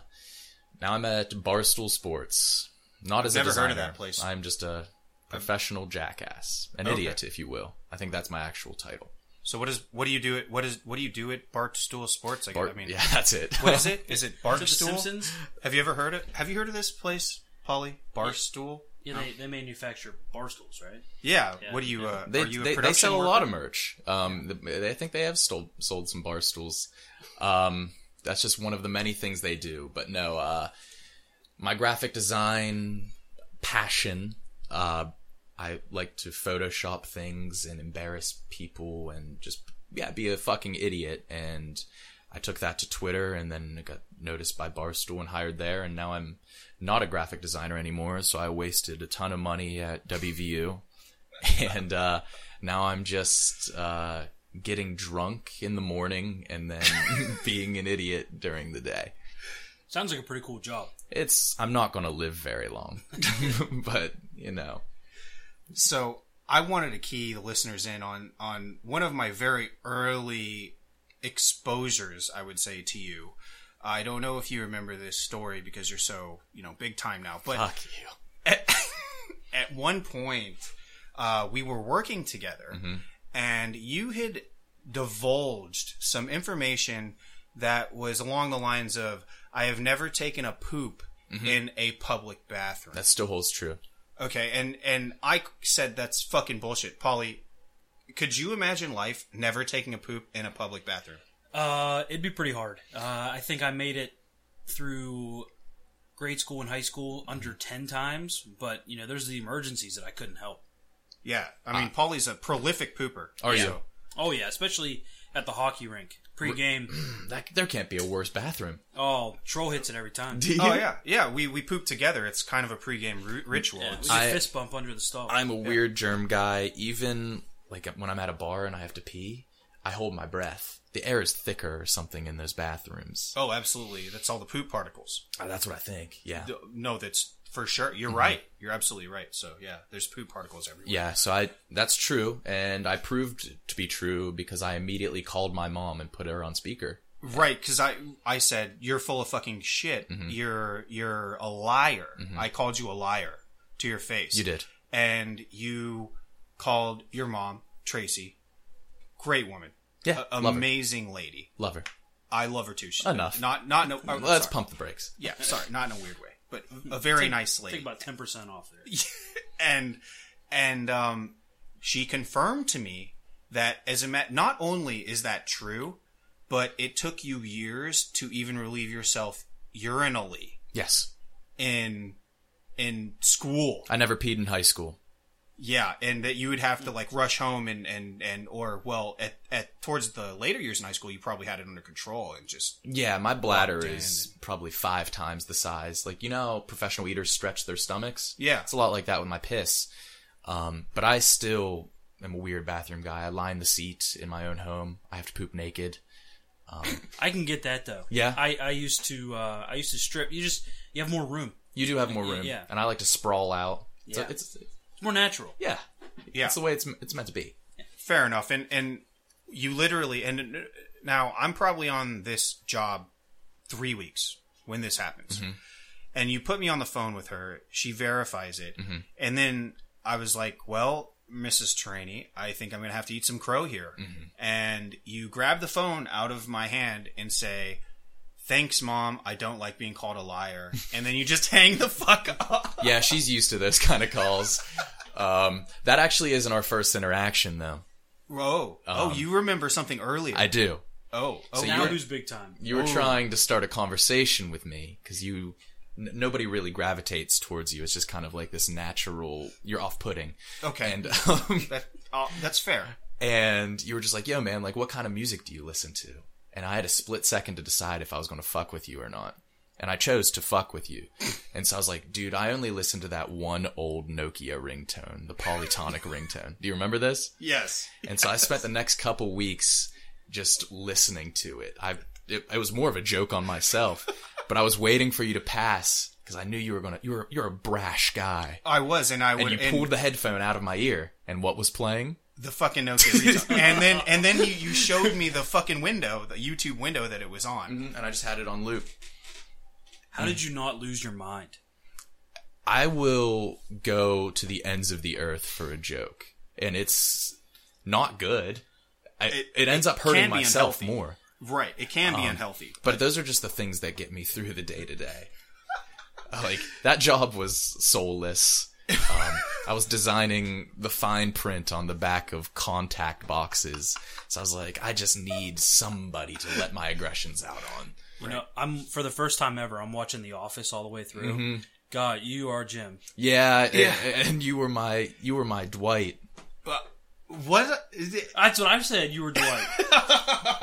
now I'm at Barstool Sports. Not as Never a heard designer. of that place. I'm just a professional jackass, an Okay. idiot, if you will. I think that's my actual title. So what is what do you do at what is what do you do at Barstool Sports? I, Bart, I mean, yeah, that's it. what is it? Is Is it it The Barstool? Simpsons? Have you ever heard it? Have you heard of this place, Polly? Barstool? Yeah, they, they manufacture bar stools, right? Yeah. Yeah. what do you? Uh, they, are you a they, production they sell worker? a lot of merch. Um, the- they- I think they have stole, sold some bar stools. Um, that's just one of the many things they do. But no, uh, my graphic design passion Uh, I like to Photoshop things and embarrass people and just yeah be a fucking idiot. And I took that to Twitter and then got noticed by Barstool and hired there. And now I'm not a graphic designer anymore, so I wasted a ton of money at WVU. and uh, now I'm just uh, getting drunk in the morning and then being an idiot during the day Sounds like a pretty cool job. it's I'm not gonna live very long, but you know, so I wanted to key the listeners in on on one of my very early exposures, I would say to you. I don't know if you remember this story because you're so you know big time now, but fuck you. at one point uh, we were working together, Mm-hmm. and you had divulged some information that was along the lines of "I have never taken a poop." Mm-hmm. In a public bathroom. That still holds true. Okay, and and I said that's fucking bullshit, Polly. Could you imagine life never taking a poop in a public bathroom? Uh, it'd be pretty hard. Uh, I think I made it through grade school and high school Mm-hmm. under 10 times, but, you know, there's the emergencies that I couldn't help. Yeah, I mean, Polly's a prolific pooper. Ah. Are so- you? Oh, yeah, especially at the hockey rink. Pre-game. That there can't be a worse bathroom. Oh, troll hits it every time. Oh yeah, yeah. We we poop together. It's kind of a pregame ru- ritual. Yeah, it was It's- a I- fist bump under the stall. I'm a weird germ guy. Even like when I'm at a bar and I have to pee, I hold my breath. The air is thicker or something in those bathrooms. Oh, absolutely. That's all the poop particles. Oh, that's what I think. Yeah. D- No, that's for sure. You're right. You're absolutely right. So yeah, there's poop particles everywhere. Mm-hmm. Yeah, so I that's true, and I proved to be true because I immediately called my mom and put her on speaker. Right, because I I said you're full of fucking shit. Mm-hmm. You're you're a liar. I called you a liar to your face. You did. and you called your mom Tracy. Great woman, Yeah, A- love her. amazing lady. Love her. I love her too. She's Enough. Not not no. oh, Let's sorry. pump the brakes. Yeah, sorry, not in a weird way, but a very nice Take lady. about 10% off there. and and um, she confirmed to me that as a ma- not only is that true, but it took you years to even relieve yourself urinally Yes, in in school. I never peed in high school. Yeah, and that you would have to like rush home and and and or well at at towards the later years in high school you probably had it under control and just Yeah, my bladder Locked in is probably five times the size. Like you know, professional eaters stretch their stomachs. Yeah. it's a lot like that with my piss. Um, but I still am a weird bathroom guy. I line the seat in my own home. I have to poop naked. I can get that, though. Yeah. I, I used to, uh, I used to strip. You just, you have more room. You do have more room, Yeah. and I like to sprawl out. So Yeah. it's It's more natural. yeah, yeah it's the way it's it's meant to be. fair enough and and you literally and uh, now I'm probably on this job three weeks when this happens Mm-hmm. and you put me on the phone with her she verifies it Mm-hmm. and then I was like well Mrs. Traney I think I'm gonna have to eat some crow here Mm-hmm. and you grab the phone out of my hand and say. Thanks, mom. I don't like being called a liar. And then you just hang the fuck up. Yeah, she's used to those kind of calls. Um, that actually isn't our first interaction though. Whoa. oh, you remember something earlier. um, I do. oh, oh, So yeah. Now you're- who's big time? you were trying to start a conversation with me because you n- nobody really gravitates towards you it's just kind of like this natural you're off-putting Okay. and um, That, uh, that's fair. and you were just like yo man like what kind of music do you listen to and i had a split second to decide if i was going to fuck with you or not and i chose to fuck with you and so i was like dude i only listen to that one old nokia ringtone the polytonic ringtone do you remember this Yes. and so I spent the next couple weeks just listening to it. I it, it was more of a joke on myself, but I was waiting for you to pass because I knew you were gonna you were you're a brash guy. I was, and I would. And you pulled the headphone out of my ear, and what was playing? the fucking Nokia, ringtone. and then and then you, you showed me the fucking window, the YouTube window that it was on. And I just had it on loop. How did you not lose your mind? I will go to the ends of the earth for a joke, and it's not good. I, it, It- ends it up hurting can be myself unhealthy. more. Right, it can be Um, unhealthy. But those are just the things that get me through the day to day. Like that job was soulless. Um, I was designing the fine print on the back of contact boxes, so I was like, I just need somebody to let my aggressions out on. Mm-hmm. You know, I'm for the first time ever. I'm watching The Office all the way through, God, you are Jim. Yeah, And, and you were my you were my Dwight. But what is it? That's what I've said. You were Dwight.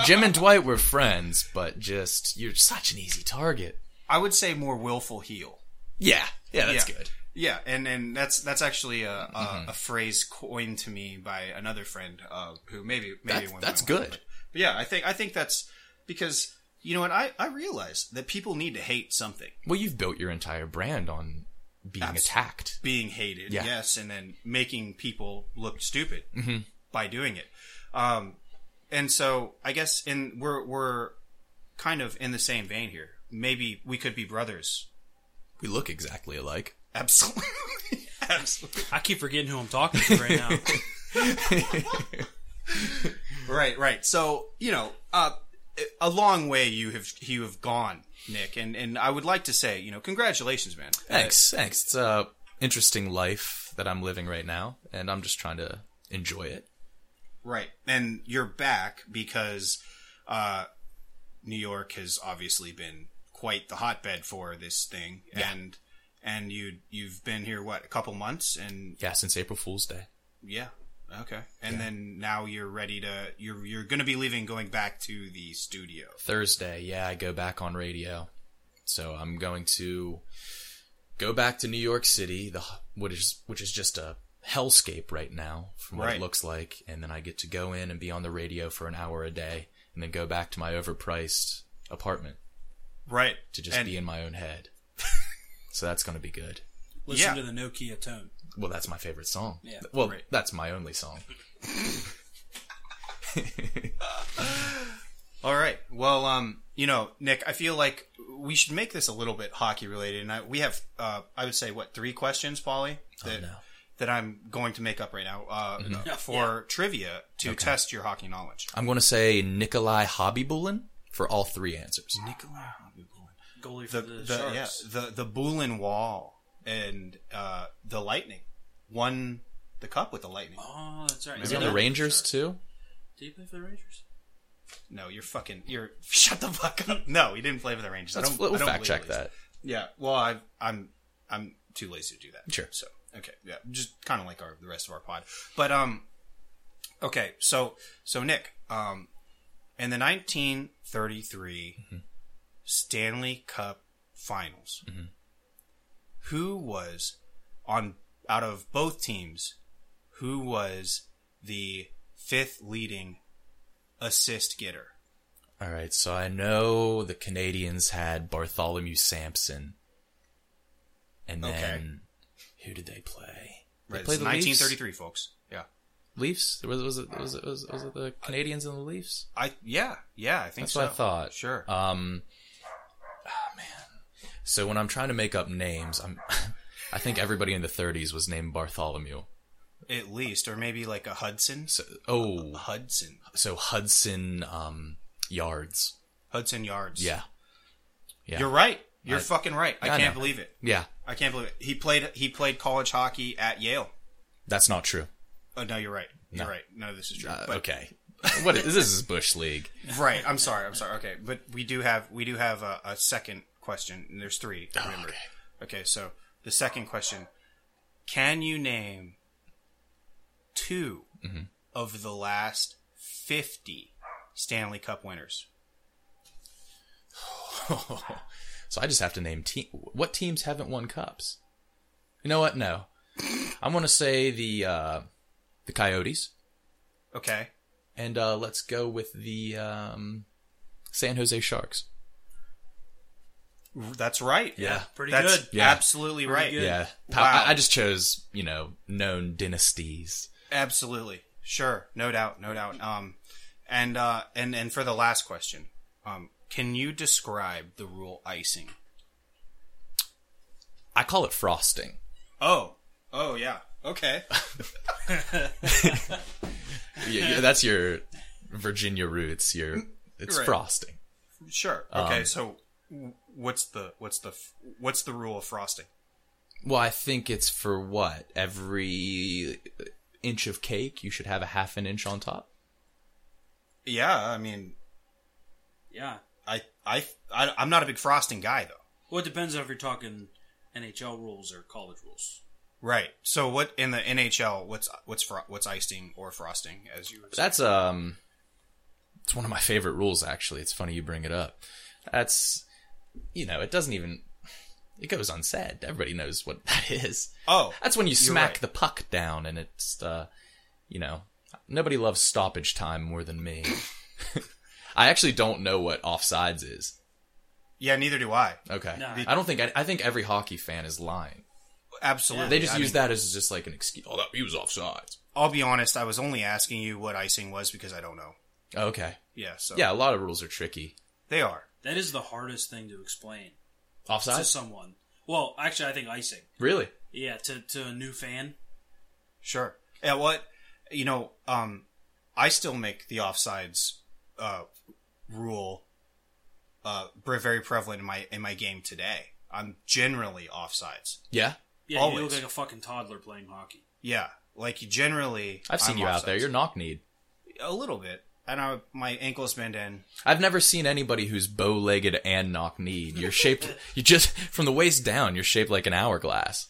Jim and Dwight were friends, but just you're such an easy target. I would say more willful heel. Yeah, yeah, that's Yeah. good. Yeah, and and that's that's actually a a, Mm-hmm. a phrase coined to me by another friend uh, who maybe maybe That's, one that's one- good. But yeah, I think I think that's because you know what I I realize that people need to hate something. Well, you've built your entire brand on being Abs- attacked. being hated, Yeah. yes, and then making people look stupid by doing it. Um, and so I guess in we're we're kind of in the same vein here. Maybe we could be brothers. We look exactly alike. Absolutely, absolutely. I keep forgetting who I'm talking to right now. Right, right. So you know, uh, a long way you have you have gone, Nick, and and I would like to say, you know, congratulations, man. Thanks, thanks. It's a interesting life that I'm living right now, and I'm just trying to enjoy it. Right. And you're back because uh, New York has obviously been quite the hotbed for this thing. And and you you've been here what, a couple months and Yeah, since April Fool's Day. yeah. Okay. And then now you're ready to you're you're going to be leaving going back to the studio. Thursday, yeah, I go back on radio. So I'm going to go back to New York City, the which is which is just a hellscape right now from what Right. it looks like, and then I get to go in and be on the radio for an hour a day and then go back to my overpriced apartment Right. to just and, be in my own head. so that's going to be good. Listen to Yeah. the Nokia tone. Well, that's my favorite song. Yeah, well, right. that's my only song. All right. Well, um, you know, Nick, I feel like we should make this a little bit hockey related and I, we have uh I would say what, 3 questions, Polly? That, Oh, no. that I'm going to make up right now uh, Mm-hmm. for trivia to test your hockey knowledge. I'm going to say Nikolai Hobbybulin for all three answers. Nikolai Goalie the for the, the yeah, Sharks. the the Bulin Wall and uh, the Lightning won the cup with the Lightning. Oh, that's right. Is it the Rangers too? Do you play for the Rangers? No, you're fucking you're shut the fuck up. No, he didn't play for the Rangers. I Let's, don't, we'll I don't fact check believe that. it. Yeah. Well, I, I'm I'm too lazy to do that. Sure. So okay, yeah, just kind of like our the rest of our pod. But um, okay, so so Nick, um, in the 1933 Mm-hmm. Stanley Cup Finals, Mm-hmm. who was on out of both teams? Who was the fifth leading assist getter? All right, so I know the Canadians had Bartholomew Sampson, and Okay. then who did they play? They Right, it's played the Leafs? 1933, folks. Yeah, Leafs. Was, was, it, was, it, was, was it the Canadians and the Leafs? I yeah yeah I think That's so. what I thought. Sure. Um, ah, man. So when I'm trying to make up names, I'm. I think everybody in the 30s was named Bartholomew. At least, or maybe like a Hudson. So, oh, Hudson. so Hudson um, Yards. Hudson Yards. Yeah, yeah. You're right. You're fucking right. I, I can't know. believe it. yeah. I can't believe it. He played he played college hockey at Yale. That's not true. Oh no, you're right. You're No. right. No, this is true. Uh, but, okay. What is, this is Bush League. Right. I'm sorry. I'm sorry. Okay, but we do have we do have a, a second question. And there's three. Remember. Oh, okay. okay. So the second question: Can you name 2 Mm-hmm. of the last fifty Stanley Cup winners? so I just have to name team. What teams haven't won cups? You know what? No, I'm gonna say the uh, the Coyotes, Okay. and uh, let's go with the um, San Jose Sharks. That's right. Yeah. Pretty That's good. Yeah. absolutely right. good. Yeah, Pa- Wow. I, I just chose you know known dynasties. Absolutely. Sure. No doubt. No doubt. Um, and, uh, and, and for the last question, um, can you describe the rule icing? I call it frosting. Oh. Oh, yeah. Okay. Yeah, yeah, that's your Virginia roots. Your it's Right. frosting. sure. Um, Okay. so w- what's the, what's the, f- what's the rule of frosting? Well, I think it's for what every inch of cake you should have a half an inch on top. Yeah. I mean, Yeah. I, I, I I'm not a big frosting guy though. Well, it depends on if you're talking NHL rules or college rules. Right. So what in the NHL? What's what's fro- what's icing or frosting? As you That's um, it's one of my favorite rules. Actually, it's funny you bring it up. That's, you know, it doesn't even. It goes unsaid. Everybody knows what that is. oh That's when you You're smack right. the puck down, and it's, uh, you know, nobody loves stoppage time more than me. I actually don't know what offsides is. yeah. Neither do I. Okay, No. I don't think I, I think every hockey fan is lying. Absolutely. They just I use mean, that as just like an excuse. Oh, that he was offsides. I'll be honest. I was only asking you what icing was because I don't know. Okay, Yeah. So yeah, a lot of rules are tricky. they are. That is the hardest thing to explain to Offsides, someone. Well, actually, I think icing. really? Yeah, to, to a new fan. Sure. Yeah. What you know? Um, I still make the offsides uh, rule uh, pre- very prevalent in my in my game today. I'm generally offsides. Yeah, Yeah, you Always. look like a fucking toddler playing hockey. Yeah. Like generally, I've seen I'm you out there. offsides. You're knock kneed. a little bit. And I, my ankle's bent in. I've never seen anybody who's bow legged and knock kneed. You're shaped. you just from the waist down. You're shaped like an hourglass.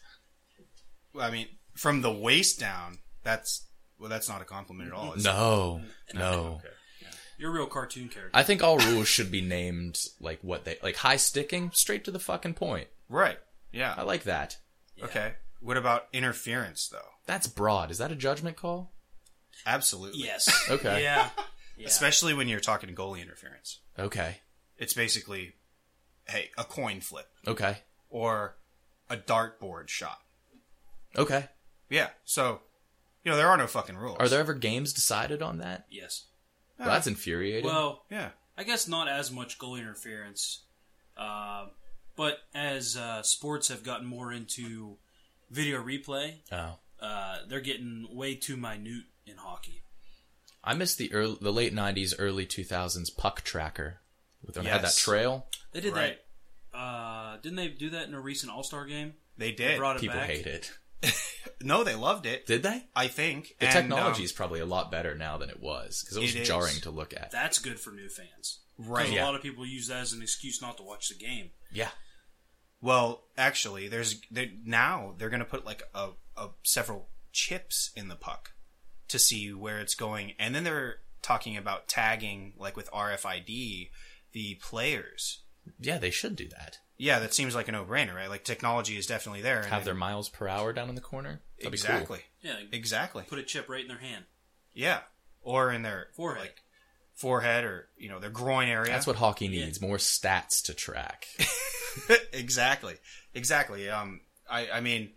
I mean, from the waist down. That's well, that's not a compliment at all. It's- No, no. You're a real cartoon character. I think all rules should be named like what they like. High sticking, straight to the fucking point. Right. Yeah. I like that. Okay. What about interference though? That's broad. Is that a judgment call? Absolutely. yes. Okay. Yeah. yeah. Especially when you're talking goalie interference. Okay. It's basically, hey, a coin flip Okay. or a dartboard shot. Okay. Yeah. So, you know, there are no fucking rules. Are there ever games decided on that? Yes. Uh, Well, that's infuriating. Well, Yeah. I guess not as much goal interference, uh, but as uh, sports have gotten more into video replay, oh, uh, they're getting way too minute in hockey. I missed the early, the late '90s, early 2000s puck tracker. With when I had that Yes. trail, They did Right. that. Uh, didn't they do that in a recent All Star game? They They did. brought it people back. hate it. no, they loved it. Did they? I think. The And, um, technology is probably a lot better now than it was because it was It is. jarring to look at. That's good for new fans. 'Cause um, right. A lot of people use that as an excuse not to watch the game. yeah. Well, actually, there's they now they're going to put like a, a several chips in the puck to see where it's going, and then they're talking about tagging like with RFID the players. Yeah, they should do that. Yeah, that seems like a no-brainer, right? Like technology is definitely there. and Have their then- miles per hour down in the corner. That'd exactly, Yeah. exactly, Put a chip right in their hand. yeah, or in their Forehead. like forehead or you know their groin area. Be cool. That's what hockey needs: more stats to track. exactly, exactly. Um, I, I mean,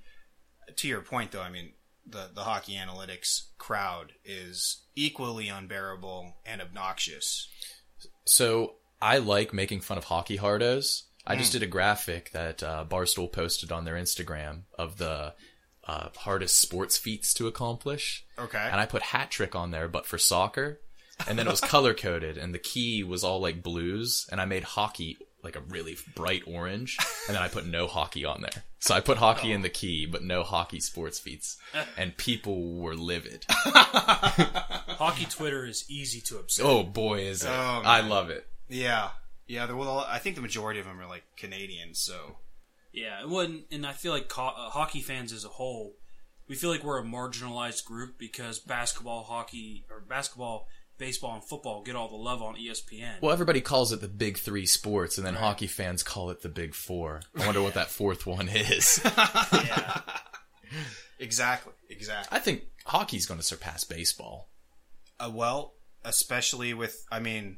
to your point though, I mean the the hockey analytics crowd is equally unbearable and obnoxious. So I like making fun of hockey hardos. I Hmm. just did a graphic that uh, Barstool posted on their Instagram of the uh, hardest sports feats to accomplish, Okay, and I put hat trick on there, but for soccer. And then it was color coded, and the key was all like blues, and I made hockey like a really bright orange, and then I put no hockey on there. So I put hockey in the key, but no hockey sports feats, and people were livid. Hockey Twitter is easy to obsess. Oh boy, is it! Oh, I love it. yeah, yeah. there- Well, I think the majority of them are like Canadians, so Yeah, well, and, and I feel like co- uh, hockey fans as a whole, we feel like we're a marginalized group because basketball, hockey, or basketball, baseball, and football get all the love on E ESPN. Well, everybody calls it the big three sports, and then hockey fans call it the big four. I wonder what that fourth one is. Yeah, exactly, exactly. I think hockey's going to surpass baseball. Uh, well, especially with, I mean.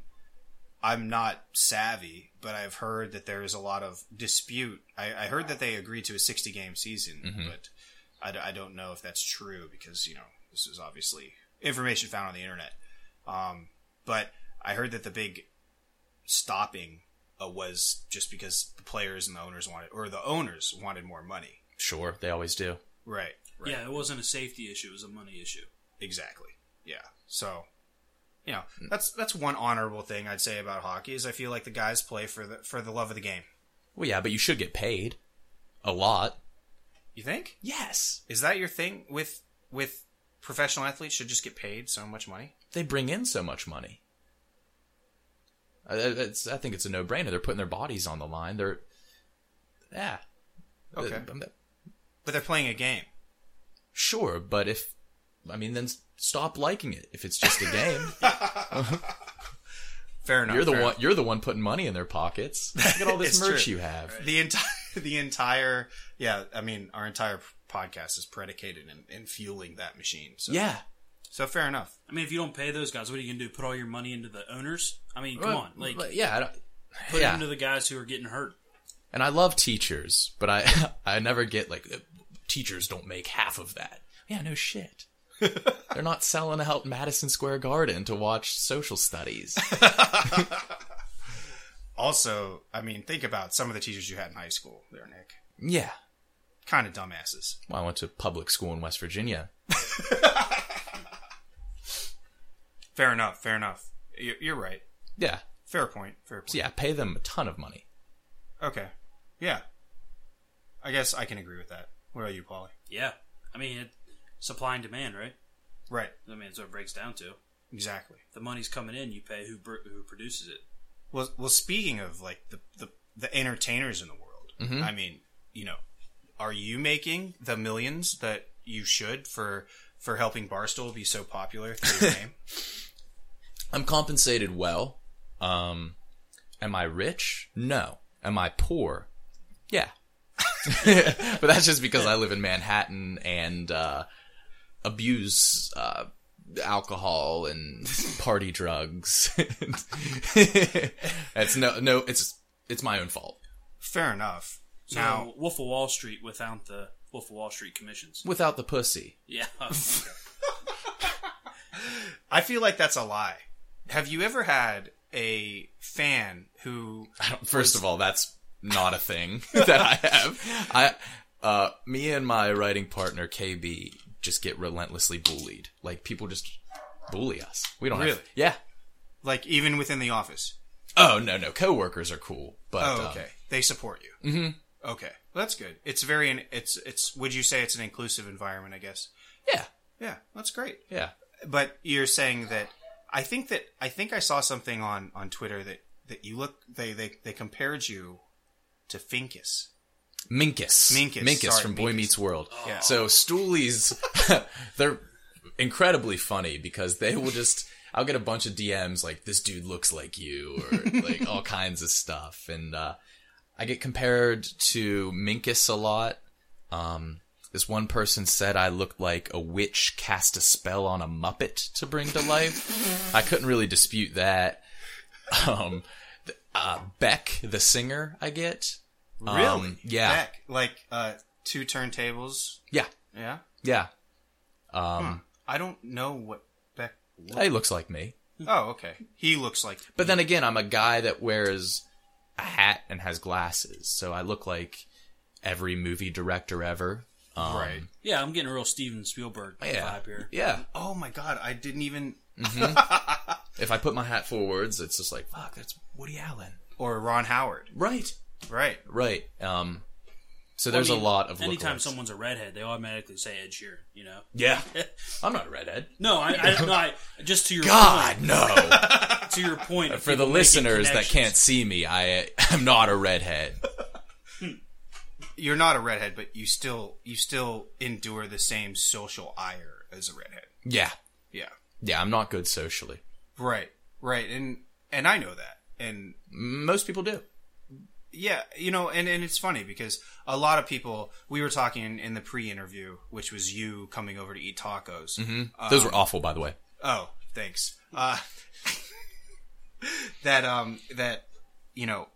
I'm not savvy, but I've heard that there is a lot of dispute. I, I heard that they agreed to a 60 game season, but I, d- I don't know if that's true because, you know, this is obviously information found on the internet. Um, but I heard that the big stopping uh, was just because the players and the owners wanted, or the owners wanted more money. Sure, they always do. Right. Right. yeah, it wasn't a safety issue; it was a money issue. Exactly. Yeah. So, you know, that's that's one honorable thing I'd say about hockey is I feel like the guys play for the for the love of the game. Well, yeah, but you should get paid a lot. You think? Yes, Is that your thing with with professional athletes should just get paid so much money? they bring in so much money. Uh, I, I- it's, I think it's a no-brainer. They're putting their bodies on the line. They're, yeah, Okay. Uh, um, But they're playing a game. sure, but if I mean, then s- stop liking it. If it's just a game, Fair enough. you're the fair one. You're the one putting money in their pockets. Look at all this It's merch true. you have. the entire the entire yeah i mean our entire podcast is predicated in, in fueling that machine so Yeah, so fair enough I mean, if you don't pay those guys, what are you gonna do? Put all your money into the owners? I mean, come Well, on, like but yeah, I don't, put yeah. it into the guys who are getting hurt. and I love teachers, but I I never get like uh, teachers don't make half of that. Yeah, no shit. They're not selling out Madison Square Garden to watch social studies. also i mean think about some of the teachers you had in high school there nick yeah, kind of dumbasses well, I went to public school in West Virginia. fair enough fair enough You- you're right Yeah, fair point fair point so yeah, pay them a ton of money. okay yeah i guess i can agree with that what about you polly Yeah, I mean, it, supply and demand, right? right I mean, that's what it breaks down to. exactly The money's coming in, you pay who br- who produces it. Well, well, speaking of like the the, the entertainers in the world, I mean, you know, are you making the millions that you should for for helping Barstool be so popular through your name? I'm compensated well. Um, am I rich? No. Am I poor? Yeah. but that's just because I live in Manhattan and uh, abuse uh, alcohol and party drugs. that's no, no. It's it's my own fault. Fair enough. So now, Wolf of Wall Street without the Wolf of Wall Street commissions. Without the pussy, Yeah, I feel like that's a lie. Have you ever had a fan who? First of all, that's not a thing that I have. I, uh, me and my writing partner KB just get relentlessly bullied. Like people just bully us. We don't have. Really? Yeah. Like even within the office. Oh no no. Coworkers are cool, but Oh, um, okay. They support you. Mm-hmm. Okay, well, that's good. It's very. in- It's it's. Would you say it's an inclusive environment? I guess. yeah Yeah, that's great. yeah. but you're saying that I think that I think I saw something on on Twitter that that you look they they they compared you to Finkus. Minkus. Minkus, Minkus sorry, from Boy Minkus. Meets World. Yeah. So Stoolies, they're incredibly funny because they will just. I'll get a bunch of DMs like this dude looks like you or like all kinds of stuff, and uh, I get compared to Minkus a lot. Um, this one person said I looked like a witch cast a spell on a Muppet to bring to life. I couldn't really dispute that. Um, th- uh, Beck, the singer, I get. Um, yeah. Heck, like uh, two turntables. Yeah. Yeah, Yeah. I don't know what Beck. He looks like me. Oh, okay. He looks like. But then again, I'm a guy that wears a hat and has glasses, so I look like every movie director ever. Um, Right. yeah, I'm getting a real Steven Spielberg Yeah. vibe here. Yeah. Oh my God! I didn't even. If I put my hat forwards, it's just like, fuck, that's Woody Allen. Or Ron Howard. Right. Right. Right. Um, so there's I mean, a lot of Anytime lookalikes. someone's a redhead, they automatically say Ed Sheeran. You know? Yeah. I'm not a redhead. No, I, I, no, I just to your God, point, no. to your point. of For the people making listeners that connections. can't see me, I am not a redhead. You're not a redhead, but you still you still endure the same social ire as a redhead. Yeah. Yeah. Yeah, I'm not good socially. Right. Right. And and I know that. And Most people do. Yeah, you know, and, and it's funny because a lot of people we were talking in, the pre-interview, which was you coming over to eat tacos. Those Um, were awful, by the way. Oh, thanks. Uh, that um that you know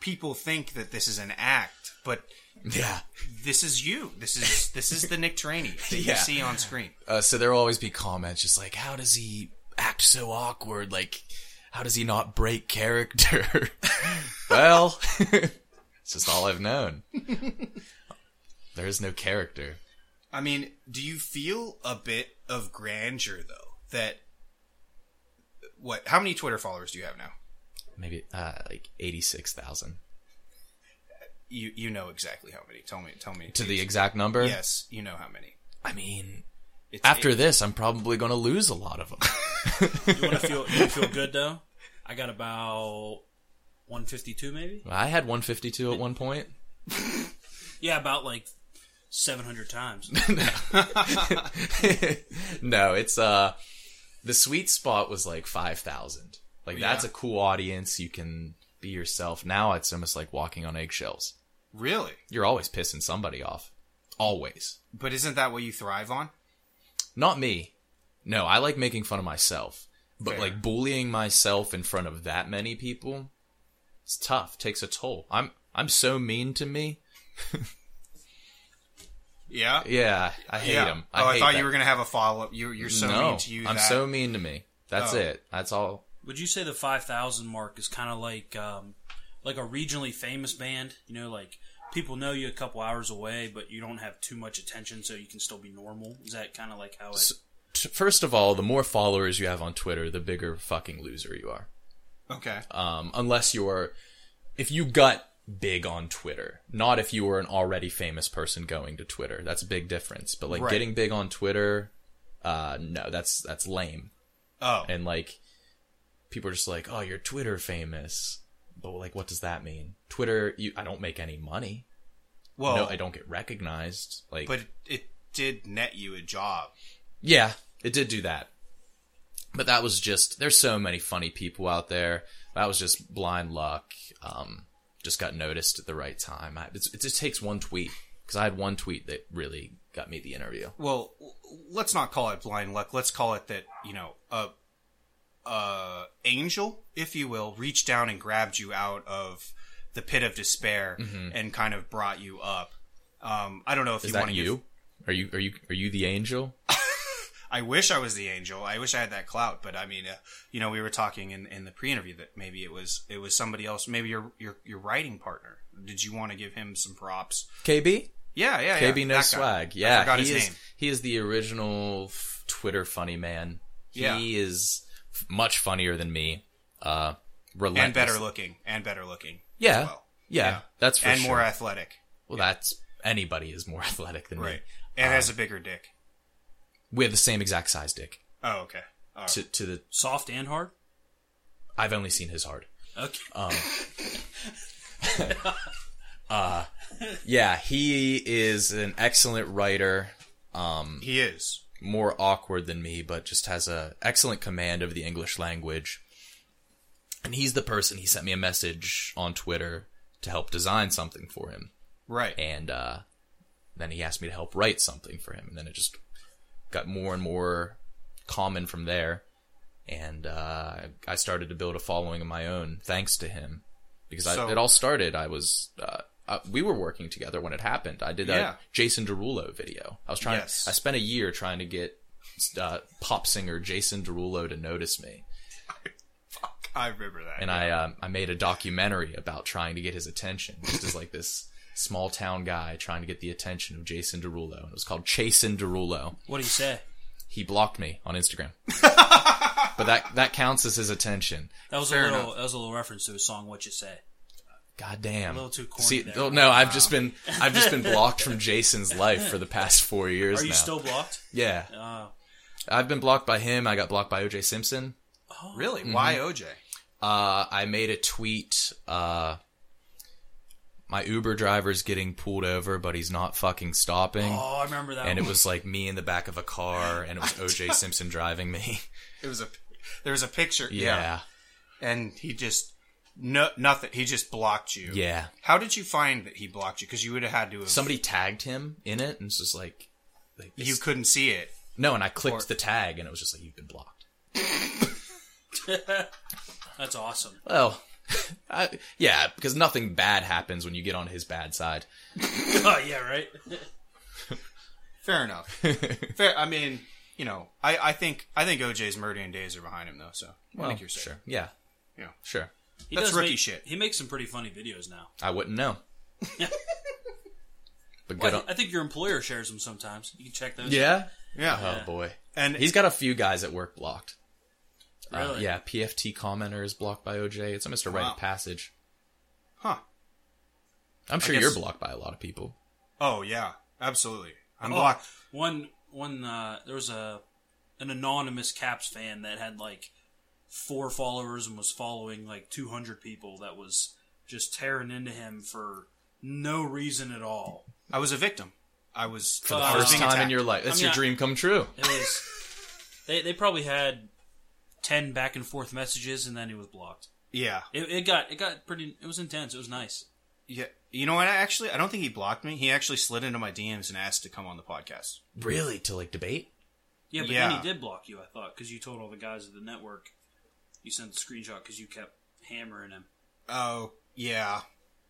people think that this is an act, but Yeah. this is you. This is this is the Nick Trainey that Yeah. you see on screen. Uh, so there'll always be comments just like, how does he act so awkward? Like, how does he not break character? well, it's just all I've known. there is no character. I mean, do you feel a bit of grandeur though? That what? How many Twitter followers do you have now? Maybe uh, like eighty-six thousand You you know exactly how many. Tell me tell me to the exact number. Yes, you know how many. I mean, It's after this, I'm probably going to lose a lot of them. You want to feel? You wanna feel good though? I got about 152, maybe. I had 152 at one point. Yeah, about like 700 times. no, it's uh the sweet spot was like 5,000. Like that's a cool audience. You can be yourself. Now it's almost like walking on eggshells. Really? You're always pissing somebody off. Always. But isn't that what you thrive on? Not me. No, I like making fun of myself. But Fair. like bullying myself in front of that many people, it's tough. Takes a toll. I'm I'm so mean to me. Yeah. Yeah, I hate yeah. him. oh, I, hate thought that. you were gonna have a follow up. You, you're so no, mean to you. I'm that- so mean to me. That's Oh. it. That's all. Would you say the 5,000 mark is kind of like um, like a regionally famous band? You know, like people know you a couple hours away, but you don't have too much attention, so you can still be normal. Is that kind of like how it? T- First of all, the more followers you have on Twitter, the bigger fucking loser you are. okay. Um, unless you're, if you got big on Twitter, not if you were an already famous person going to Twitter. That's a big difference. But like Right. getting big on Twitter, uh, no, that's that's lame. Oh, And like, people are just like, oh, you're Twitter famous. But like, what does that mean? Twitter, you, I don't make any money. well, no, I don't get recognized. Like, but it did net you a job. Yeah, it did do that. But that was just there's so many funny people out there. That was just blind luck. Um, just got noticed at the right time. I, it's, it just takes one tweet because I had one tweet that really got me the interview. Well, w- let's not call it blind luck. Let's call it that. You know, a a angel, if you will, reached down and grabbed you out of the pit of despair and kind of brought you up. Um, I don't know if Mm-hmm. Is you want that to you? Are you are you are you the angel? I wish I was the angel. I wish I had that clout. But I mean, uh, you know, we were talking in, in the pre-interview that maybe it was it was somebody else. Maybe your your your writing partner. Did you want to give him some props? KB Yeah, yeah, yeah. KB No that guy. Swag. I Yeah, forgot he his is name. he is the original f- Twitter funny man. He Yeah. is f- much funnier than me. Uh, And relentless. better looking, and better looking. Yeah, as well. yeah, that's for and sure. more athletic, Well, that's anybody is more athletic than me. right? And Um, has a bigger dick. We have the same exact size dick. Oh, okay. All right. To, to the Soft and hard. I've only seen his hard. Okay. Uh, Yeah, he is an excellent writer. He is. More awkward than me, but just has a excellent command of the English language. And he's the person. He sent me a message on Twitter to help design something for him, Right. and uh, then he asked me to help write something for him, and then it just got more and more common from there. And uh, I started to build a following of my own thanks to him, because So- I, it all started. I was uh, uh, we were working together when it happened. I did that Yeah. Jason Derulo video. I was trying. Yes. I spent a year trying to get uh, pop singer Jason Derulo to notice me, I remember that. and I um, I made a documentary about trying to get his attention, just as like this small town guy trying to get the attention of Jason Derulo, and it was called Chasin Derulo. What do you say? He blocked me on Instagram, but that that counts as his attention. That was Fair a little. enough. That was a little reference to his song "What You Say." God damn. A little too corny See, there. oh, no, I've just been I've just been blocked from Jason's life for the past four years. Are you now. still blocked? Yeah, Uh, I've been blocked by him. I got blocked by OJ Simpson. really? mm-hmm. Why OJ? Uh, I made a tweet. Uh, my Uber driver's getting pulled over, but he's not fucking stopping. oh, I remember that. Mm. and it one. was like me in the back of a car, and it was OJ Simpson driving me. It was a. There was a picture. Yeah, And he just no nothing. He just blocked you. yeah. How did you find that he blocked you? Because you would have had to have. Somebody tagged him in it, and it's just like, like you it's- couldn't see it. no. And I clicked or- the tag, and it was just like you've been blocked. That's awesome. Well, I, yeah, because nothing bad happens when you get on his bad side. oh yeah, right. Fair enough. Fair. I mean, you know, I, I think I think OJ's murdering days are behind him though. So I think you're safe. sure. Yeah. Yeah. Sure. He That's does rookie make- shit. He makes some pretty funny videos now. I wouldn't know. I, but good. th- on, I think your employer shares them sometimes. You can check those. yeah. Yeah. Oh boy. and He's got a few guys at work blocked. Uh, Really? yeah. PFT commenter is blocked by OJ. It's almost a rite Wow. of passage. huh? I'm sure guess- you're blocked by a lot of people. Oh yeah, absolutely. I'm Oh, blocked. One one uh, there was a an anonymous Caps fan that had like four followers and was following like 200 people that was just tearing into him for no reason at all. I was a victim. I was For the Uh, first being time in attacked. your life. That's I mean, your I- dream come true. It was they they probably had ten back and forth messages, and then he was blocked. yeah It, it got it got pretty. It was intense. It was nice. yeah. You know what? I actually I don't think he blocked me. He actually slid into my DMs and asked to come on the podcast. Really? To like debate? Yeah, but Yeah. then he did block you. I thought because you told all the guys at the network. You sent the screenshot because you kept hammering him. Oh yeah,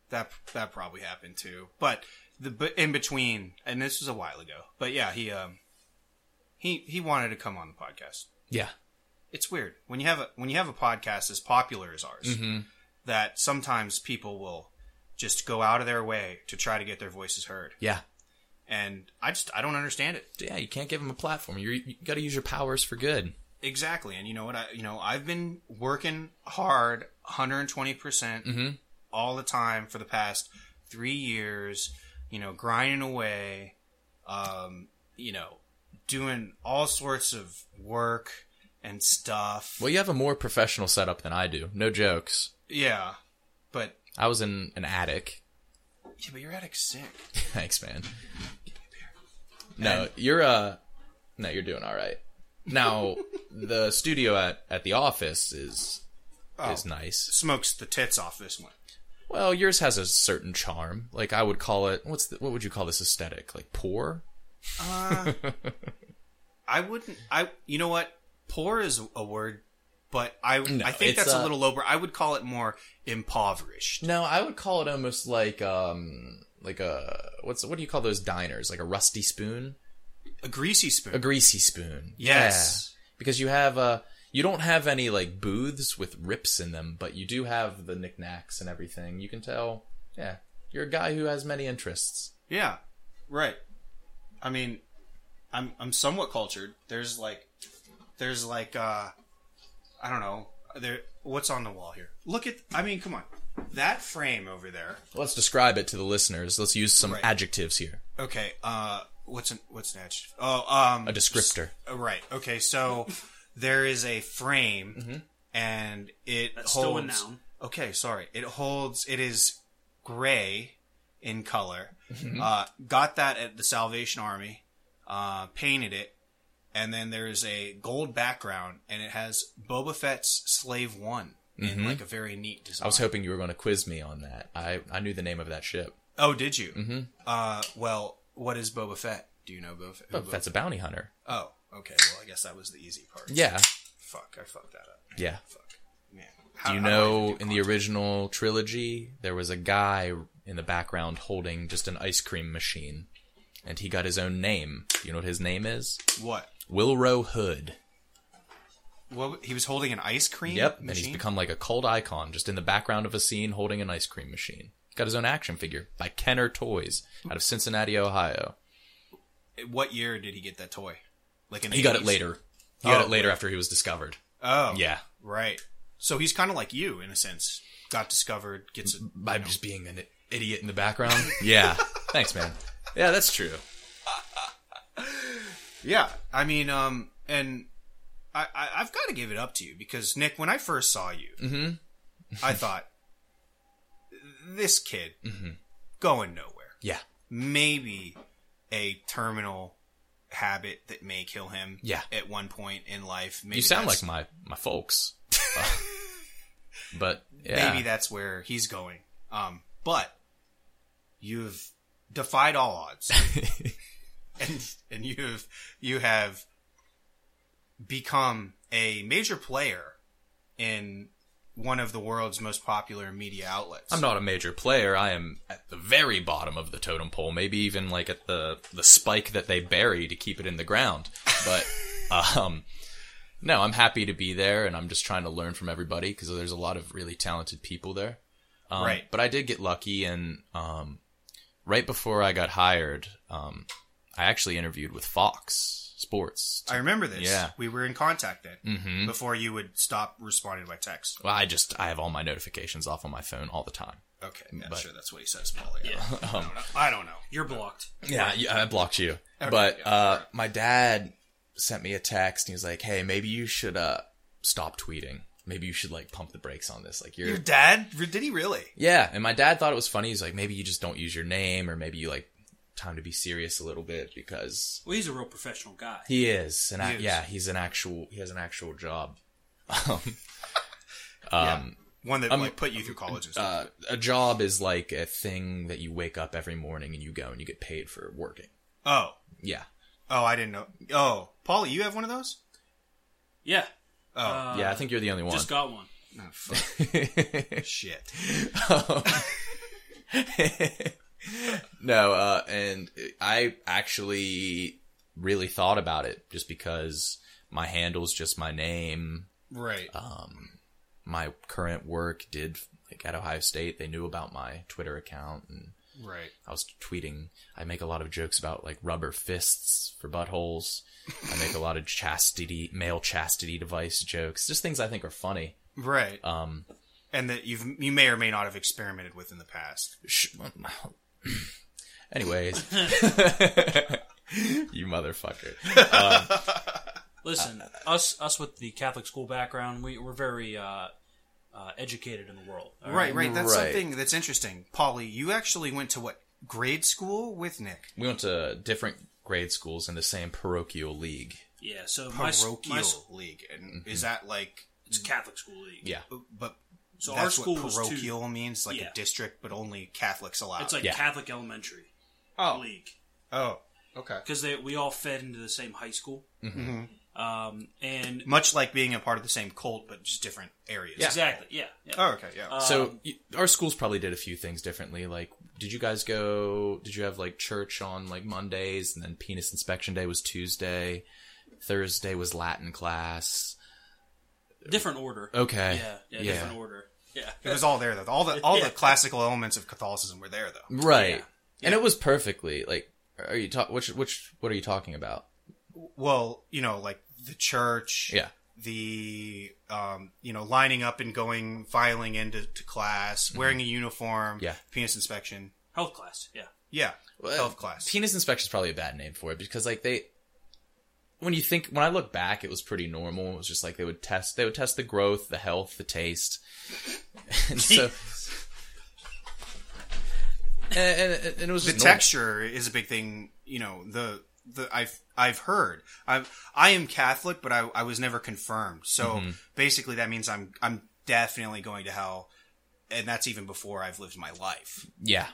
that that probably happened too. But the but in between, and this was a while ago. But yeah, he um he he wanted to come on the podcast. Yeah. It's weird when you have a when you have a podcast as popular as ours Mm-hmm. that sometimes people will just go out of their way to try to get their voices heard, Yeah. and I just I don't understand it Yeah, you can't give him a platform. You're, you got to use your powers for good. exactly. And you know what? I you know I've been working hard, 120 percent Mhm. all the time for the past three years, you know, grinding away, um, you know, doing all sorts of work and stuff. Well, you have a more professional setup than I do. No jokes. Yeah. But I was in an attic. yeah, but your attic's sick. Thanks, man. No, you're uh no, you're doing all right. Now, the studio at at the office is is nice. Smokes the tits off this one. Well, yours has a certain charm. Like I would call it what's the, what would you call this aesthetic? Like poor? I wouldn't I you know what? Poor is a word, but I I think it's, that's a uh, little lower. I would call it more impoverished. No, I would call it almost like um like a what's what do you call those diners? Like a rusty spoon? A greasy spoon. A greasy spoon. Yes. Yeah. Because you have uh you don't have any like booths with rips in them, but you do have the knickknacks and everything. You can tell, yeah, you're a guy who has many interests. Yeah, right. I mean, I'm I'm somewhat cultured. There's like, there's like, uh, I don't know. There, what's on the wall here? Look at. I mean, come on, that frame over there. Let's describe it to the listeners. Let's use some Right. adjectives here. Okay. Uh, what's an, what's an edge? Oh, um, A descriptor. uh, right. Okay, so there is a frame, Mm-hmm. and it That's holds. still a noun. Okay, sorry. It holds. It is gray in color. Mm-hmm. Uh, got that at the Salvation Army. Uh, painted it, and then there is a gold background, and it has Boba Fett's Slave One in like a very neat design. Mm-hmm. I was hoping you were going to quiz me on that. I I knew the name of that ship. oh, did you? Mm-hmm. Uh, well, what is Boba Fett? Do you know Boba Fett? who Boba- That's a bounty hunter. Oh, okay. Well, I guess that was the easy part. Yeah, Fuck, I fucked that up. yeah. Man. Do you know in the original trilogy there was a guy in the background holding just an ice cream machine, and he got his own name. You know what his name is? what? Wilro Hood. What he was holding an ice cream. Yep, and he's machine? become like a cult icon, just in the background of a scene holding an ice cream machine. Got his own action figure by Kenner Toys out of Cincinnati, Ohio. Eh, What year did he get that toy? Like in He got it 80s? later. He got Oh. it later after he was discovered. Oh, Yeah, right. So he's kind of like you in a sense. Got discovered, gets a. by just being an idiot in the background. yeah, thanks, man. Yeah, that's true. Yeah, I mean, um, and I, I I've got to give it up to you because Nick, when I first saw you, Mm-hmm. I thought this kid Mm-hmm. going nowhere. Yeah, maybe a terminal habit that may kill him Yeah. at one point in life. Maybe you sound that's- like my my folks. but yeah, maybe that's where he's going. Um, but you've defied all odds, and and you've you have become a major player in one of the world's most popular media outlets. I'm not a major player. I am at the very bottom of the totem pole, maybe even like at the the spike that they bury to keep it in the ground. But um no, I'm happy to be there and I'm just trying to learn from everybody because there's a lot of really talented people there. Um, Right. But I did get lucky and um right before I got hired, um I actually interviewed with Fox Sports. I remember this. Yeah. Mm-hmm. we were in contact then before you would stop responding by text. Well, I just I have all my notifications off on my phone all the time. Okay, I'm But- sure that's what he says, Polly. Yeah. Um, I don't know. You're blocked. Yeah, you- I blocked you. but yeah, uh, my dad sent me a text. And he was like, "Hey, maybe you should uh, stop tweeting." maybe you should like pump the brakes on this. Like you're Your dad? Did he really? yeah. And my dad thought it was funny. He's like, maybe you just don't use your name, or maybe you like time to be serious a little bit because Well, he's a real professional guy. he is. And is. yeah, he's an actual. He has an actual job. um, One that like put you through college and stuff. uh, a job is like a thing that you wake up every morning and you go and you get paid for working. oh. Yeah. Oh, I didn't know. Oh. Paulie, you have one of those? Yeah, Uh, Oh. yeah, I think you're the only one. just got one. Shit. no, uh, and I actually really thought about it just because my handle's just my name. Um, Right. Uh, My current work did, like at Ohio State, they knew about my Twitter account and right. I was tweeting. I make a lot of jokes about like rubber fists for buttholes. I make a lot of chastity, male chastity device jokes, just things I think are funny. Right. Um, and that you've you may or may not have experimented with in the past. Sh- Anyways, you motherfucker. Listen, us us with the Catholic school background, we we're very uh, uh, educated in the world. all Right, right. That's Right. something that's interesting. Paulie, you actually went to what grade school with Nick? We went to different grade schools in the same parochial league. Yeah. So my s- Parochial my s- league, and Mm-hmm. is that like? it's Catholic school league. Yeah, But So that's our school what was two- parochial means, like Yeah. a district, but only Catholics allowed. It's like Yeah. Catholic elementary oh, league oh, okay. because they we all fed into the same high school. Um, and Much like being a part of the same cult, but just different areas. exactly, yeah. yeah. Um, Oh, okay, yeah. so y our schools probably did a few things differently. Like, did you guys go? Did you have like church on like Mondays, and then penis inspection day was Tuesday. Thursday was Latin class. different order. Okay. Yeah, yeah, Yeah. different order. Yeah. it was all there though. All the all the classical elements of Catholicism were there though. Right. And it was perfectly like. Are you talk? Which which? What are you talking about? Well, you know, like the church. Yeah. the um, you know lining up and going filing into to class, wearing a uniform, Yeah. penis inspection, Health class. Yeah. yeah, Well, health class. Penis inspection is probably a bad name for it because like they, when you think when I look back, it was pretty normal. It was just like they would test they would test the growth, the health, the taste, and so. And, and, and it was the just normal. texture is a big thing. You know the the I've I've heard I've I am Catholic, but I I was never confirmed. So basically, that means I'm I'm definitely going to hell, and that's even before I've lived my life. Yeah,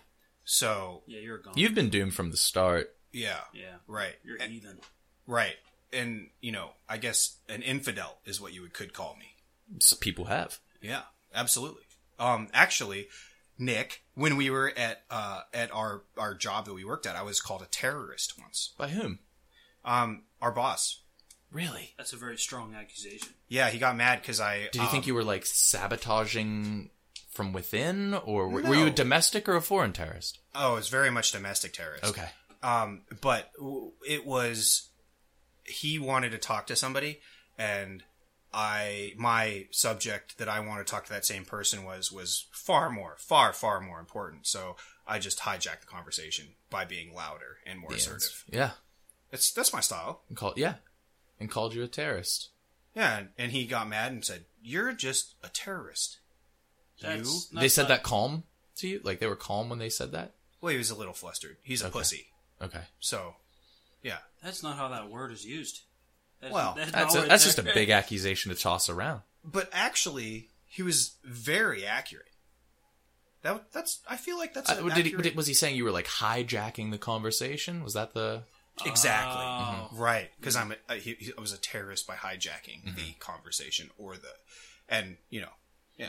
So Yeah, you're gone. you've been doomed from the start. yeah, yeah. right, You're And- heathen. right, and you know I guess an infidel is what you would could call me. S- People have. Yeah, absolutely. Um, actually, Nick, when we were at uh, at our our job that we worked at, I was called a terrorist once. By whom? Um, our boss. Really? That's a very strong accusation. Yeah, he got mad because I. um, Did you think you were like sabotaging from within, or were, were No. you a domestic or a foreign terrorist? Oh, it's very much domestic terrorist. Okay. Um, but w- it was he wanted to talk to somebody, and I my subject that I wanted to talk to that same person was was far more, far far more important. So I just hijacked the conversation by being louder and more assertive. Yeah. That's that's my style. And called yeah, and called you a terrorist. Yeah, and, and he got mad and said, "You're just a terrorist." That's they not- said not- that calm to you? Like they were calm when they said that? Well, he was a little flustered. He's a pussy. Okay. So, yeah, That's not how that word is used. That's, Well, not That's, a, where that's it's just a at. big accusation to toss around. but actually, he was very accurate. That that's I feel like that's Uh, an did he, accurate- did- was he saying you were like hijacking the conversation? Was that the. exactly Oh. Mm-hmm. right because I'm a, I, he, he- I was a terrorist by hijacking the conversation or the and you know yeah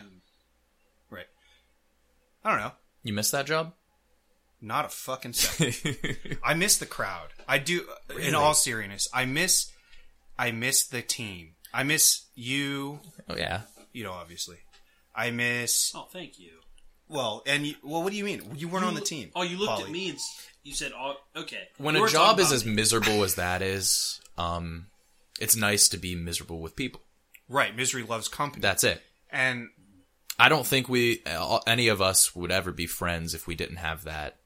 right I don't know You missed that job? Oh, Not a fucking second. I miss the crowd. I do. uh, In all seriousness, I miss. I miss the team. I miss you. Oh, yeah. You know, obviously. I miss. Oh, thank you. Well, and you, well, what do you mean? You weren't on the team. Oh, you looked Paulie. at me and s- you said, "Oh, okay." When You a were job talking is about as me. miserable as that is, um, it's nice to be miserable with people. Right, misery loves company. That's it. and I don't think we, uh, any of us would ever be friends if we didn't have that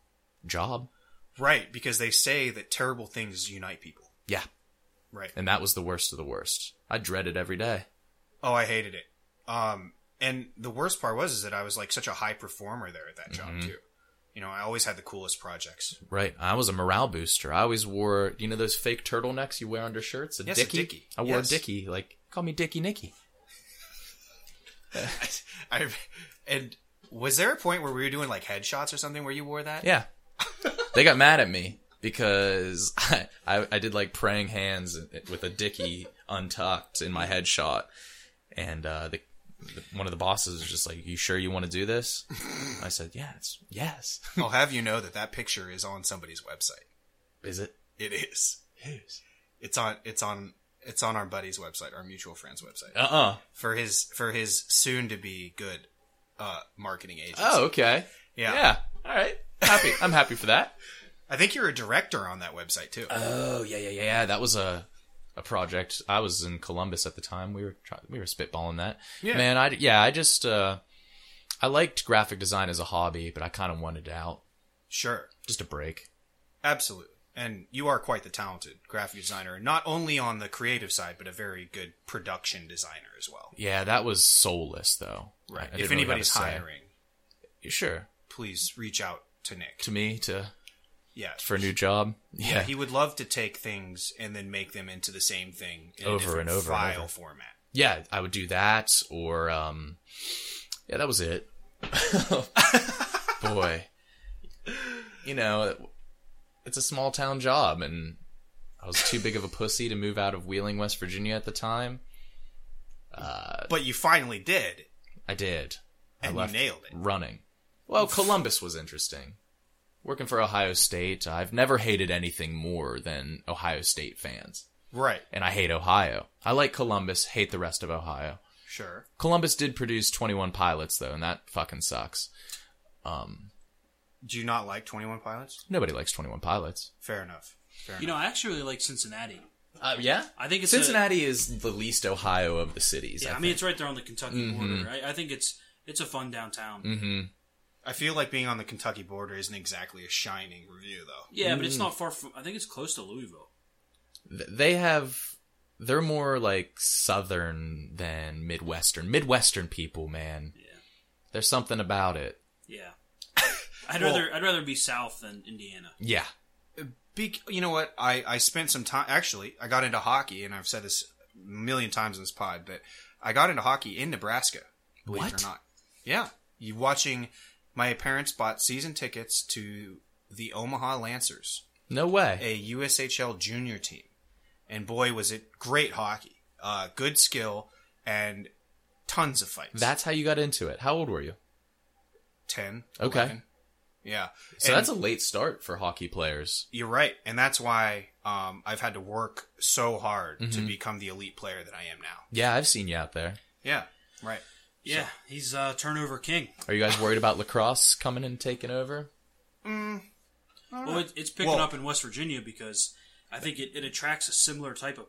job. right because they say that terrible things unite people. Yeah. Right. And that was the worst of the worst. I dread it every day. Oh, I hated it. Um, and the worst part was is that I was like such a high performer there at that job Mm-hmm. too. You know, I always had the coolest projects. Right. I was a morale booster. I always wore, you know, those fake turtlenecks you wear under shirts? A Yes, a dickie? dickie. I wore Yes. a dickie. Like, call me Dickie Nicky. I and was there a point where we were doing like headshots or something where you wore that? Yeah. they got mad at me because I, I, I did like praying hands with a dickie untucked in my headshot. And uh, the, the, one of the bosses was just like, You sure you want to do this? I said, Yes. Yes. I'll have you know that that picture is on somebody's website. Is it? It is. It's on. It's on. It's on our buddy's website, our mutual friend's website, Uh uh for his for his soon to be good uh, marketing agency. Oh, okay. yeah. Yeah. All right. Happy. I'm happy for that. I think you're a director on that website too. Oh yeah, yeah, yeah, yeah. That was a a project. I was in Columbus at the time. We were try- we were spitballing that. Yeah. Man, I yeah, I just uh, I liked graphic design as a hobby, but I kind of wanted it out, sure, just a break. absolutely. And you are quite the talented graphic designer, not only on the creative side, but a very good production designer as well. Yeah, that was soulless though. I- I if didn't really have a anybody's say. hiring, sure, please reach out to Nick. to me to yeah, for a new job. Yeah, he would love to take things and then make them into the same thing in a Over different and over and file over. format. yeah, I would do that or um, yeah, that was it. Boy, you know, it- it's a small town job, and I was too big of a pussy to move out of Wheeling, West Virginia at the time. But you finally did, I did. and I you left nailed it. running. Well, Columbus was interesting. Working for Ohio State, I've never hated anything more than Ohio State fans. Right. And I hate Ohio. I like Columbus, hate the rest of Ohio. Sure. Columbus did produce 21 pilots, though, and that fucking sucks. Do you not like 21 Pilots? Nobody likes 21 pilots. Fair enough. Fair You know, I actually really like Cincinnati. Uh, yeah? I think it's a- Cincinnati is the least Ohio of the cities. Yeah, I, mean it's right there on the Kentucky Mm-hmm. border. I, I think it's it's a fun downtown. I feel like being on the Kentucky border isn't exactly a shining review, though. Yeah, but it's not far from. I think it's close to Louisville. th- they have they're more like southern than midwestern midwestern people man Yeah. there's something about it Yeah, I'd Well- rather I'd rather be south than Indiana. yeah Bec- you know what? I, I spent some time. Actually, I got into hockey, and I've said this a million times in this pod, but I got into hockey in Nebraska, believe it What? or not. Yeah. You watching. My parents bought season tickets to the Omaha Lancers. no way a USHL junior team, and boy, was it great hockey, uh, good skill, and tons of fights. that's how you got into it how old were you ten. Okay. 11. yeah. so And that's a late start for hockey players you're right, and that's why um, I've had to work so hard to Mm-hmm. become the elite player that I am now. yeah i've seen you out there Yeah, right. Yeah, he's uh, turnover king. are you guys worried about lacrosse coming and taking over Mm, Well, it, it's picking Well- up in West Virginia because I think it, it attracts a similar type of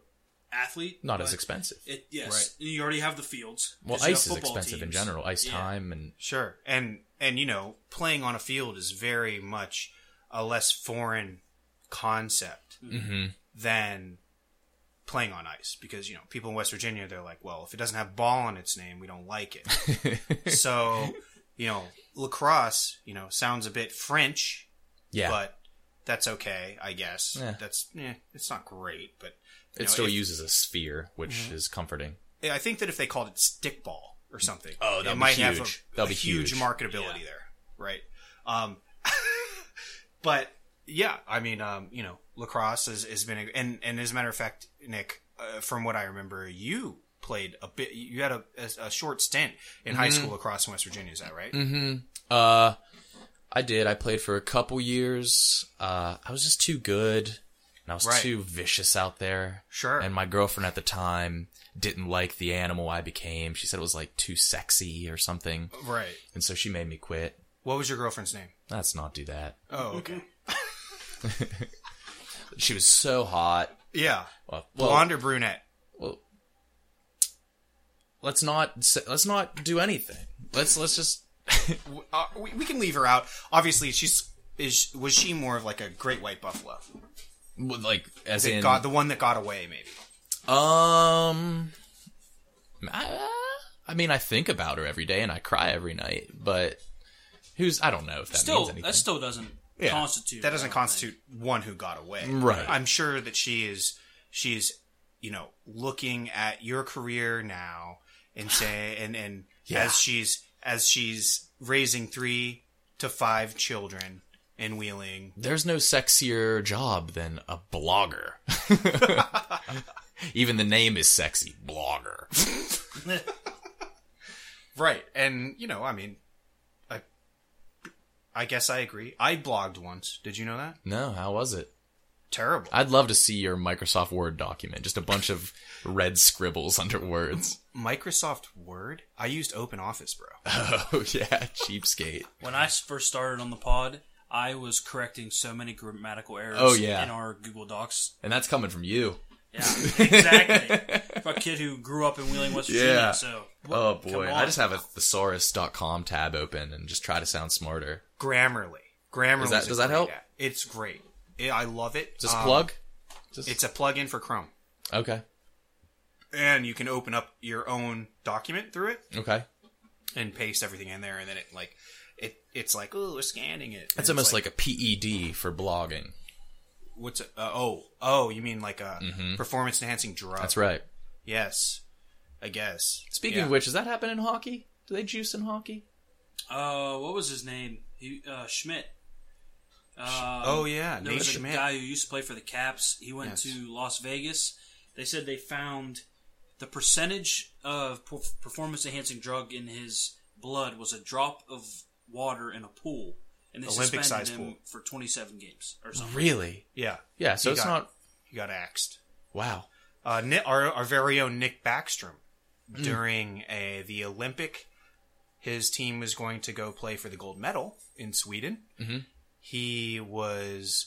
athlete. not as but expensive It, yes, you already have the fields. well Just you ice have is football expensive in teams. general ice Yeah. time and Sure, and and you know, playing on a field is very much a less foreign concept Mm-hmm. Mm-hmm. than playing on ice because you know people in West Virginia they're like, well, if it doesn't have ball in its name, we don't like it. so you know, lacrosse, you know, sounds a bit French, yeah but that's okay, I guess. Yeah. That's eh, it's not great, but it you know, still if- Mm-hmm. uses a sphere which is comforting I think that if they called it stickball or something, Oh, that'd it be might have huge. a, That'd a be huge, huge. marketability there, right? Um, but yeah, I mean, um, you know, lacrosse has, has been, a, and and as a matter of fact, Nick, uh, from what I remember, you played a bit. You had a, a, a short stint in high Mm-hmm. school lacrosse in West Virginia. Is that right? Uh, I did. I played for a couple years. Uh, I was just too good, and I was Right. too vicious out there. Sure. And my girlfriend at the time didn't like the animal I became. She said it was like too sexy or something, Right. and so she made me quit. What was your girlfriend's name? Let's not do that. Oh, okay. She was so hot. Uh, yeah, Well, blonde or brunette? well, let's not say- let's not do anything. Let's let's just Uh, we, we can leave her out. Obviously, she's is was she more of like a great white buffalo? like as That in got the one that got away, maybe. Um, I, I mean, I think about her every day and I cry every night, but who's I don't know if that still, means anything. that still doesn't Yeah. constitute. that doesn't I don't constitute one who got away. Right. I'm sure that she is she is, you know, looking at your career now and say and and Yeah. as she's as she's raising 3 to 5 children in Wheeling. There's no sexier job than a blogger. Even the name is sexy, blogger. Right. And you know, I mean I I guess I agree. I blogged once. Did you know that? No, how was it? Terrible. I'd love to see your Microsoft Word document, just a bunch of red scribbles under words. Microsoft Word? I used Open Office, bro. Oh yeah, cheapskate. think- When I s- first started on the pod, I was correcting so many grammatical errors. Oh, yeah. in our Google Docs. And that's coming from you. Yeah, exactly. For a kid who grew up in Wheeling, West Virginia. Yeah. So Oh Come boy, on. I just have a thesaurus.com tab open and just try to sound smarter. Grammarly. Grammarly. Is that- does that help? It's great. I I love it. Is this a Um, plug? It's a plug-in for Chrome. Okay. and you can open up your own document through it Okay. and paste everything in there, and then it like it it's like oh we're scanning it. That's almost like, a PED for blogging. what's a, uh, oh oh you mean like a performance enhancing drug? Mm-hmm. That's right. Yes, I guess. Speaking of Yeah. which, does that happen in hockey? Do they juice in hockey? Uh, what was his name? He uh, Schmidt. Uh, oh yeah, there Nate was Schmidt. a guy who used to play for the Caps. He went Yes. to Las Vegas. They said they found the percentage of performance enhancing drug in his blood was a drop of water in a pool, and they Olympic suspended size him pool. for 27 games or something. Really? Yeah, Yeah, so He it's got- not he got axed. wow. Uh, Ni- our our very own Nick Backstrom during a, the Olympic. His team was going to go play for the gold medal in Sweden. He was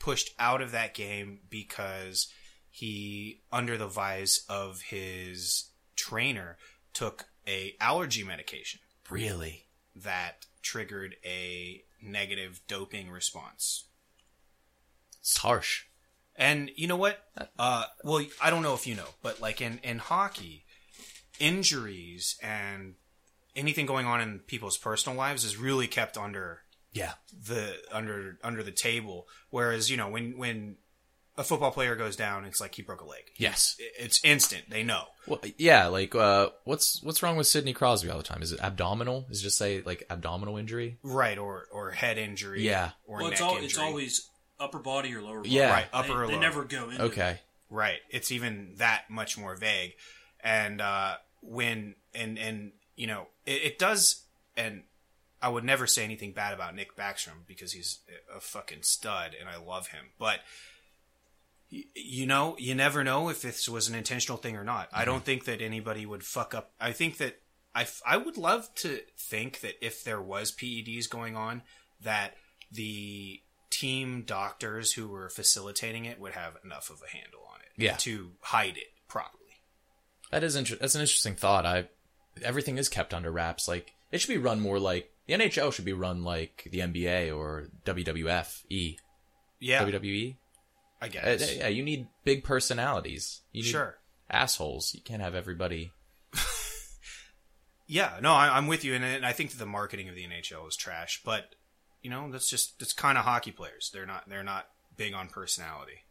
pushed out of that game because he, under the vise of his trainer, took a allergy medication Really? that triggered a negative doping response. It's harsh. And you know what? Uh, well, I don't know if you know, but like in, in hockey, injuries and anything going on in people's personal lives is really kept under Yeah. the under under the table. Whereas you know when when a football player goes down, it's like he broke a leg. Yes. It- It's instant. They know. Well, yeah, like uh what's what's wrong with Sidney Crosby all the time? Is it abdominal? Is it just say like abdominal injury? Right, or or head injury, Yeah. or Well, neck it's, al- injury, it's always upper body or lower body. Yeah. right, They, upper or they lower. never go into it. Okay. Right. It's even that much more vague. And uh, when and and you know it, it does. And I would never say anything bad about Nick Backstrom because he's a fucking stud, and I love him. But y- you know, you never know if this was an intentional thing or not. I don't think that anybody would fuck up. I think that I f- I would love to think that if there was PEDs going on, that the team doctors who were facilitating it would have enough of a handle on it Yeah. to hide it properly. That is inter- that's an interesting thought. I everything is kept under wraps. Like it should be run more like the NHL should be run like the NBA or WWF E Yeah, WWE. I Uh, guess. yeah, you need big personalities. You need Sure. assholes. You can't have everybody. Yeah, no, I, I'm with you, and, and I think that the marketing of the NHL is trash. But you know, that's just that's kind of hockey players. They're not they're not big on personality.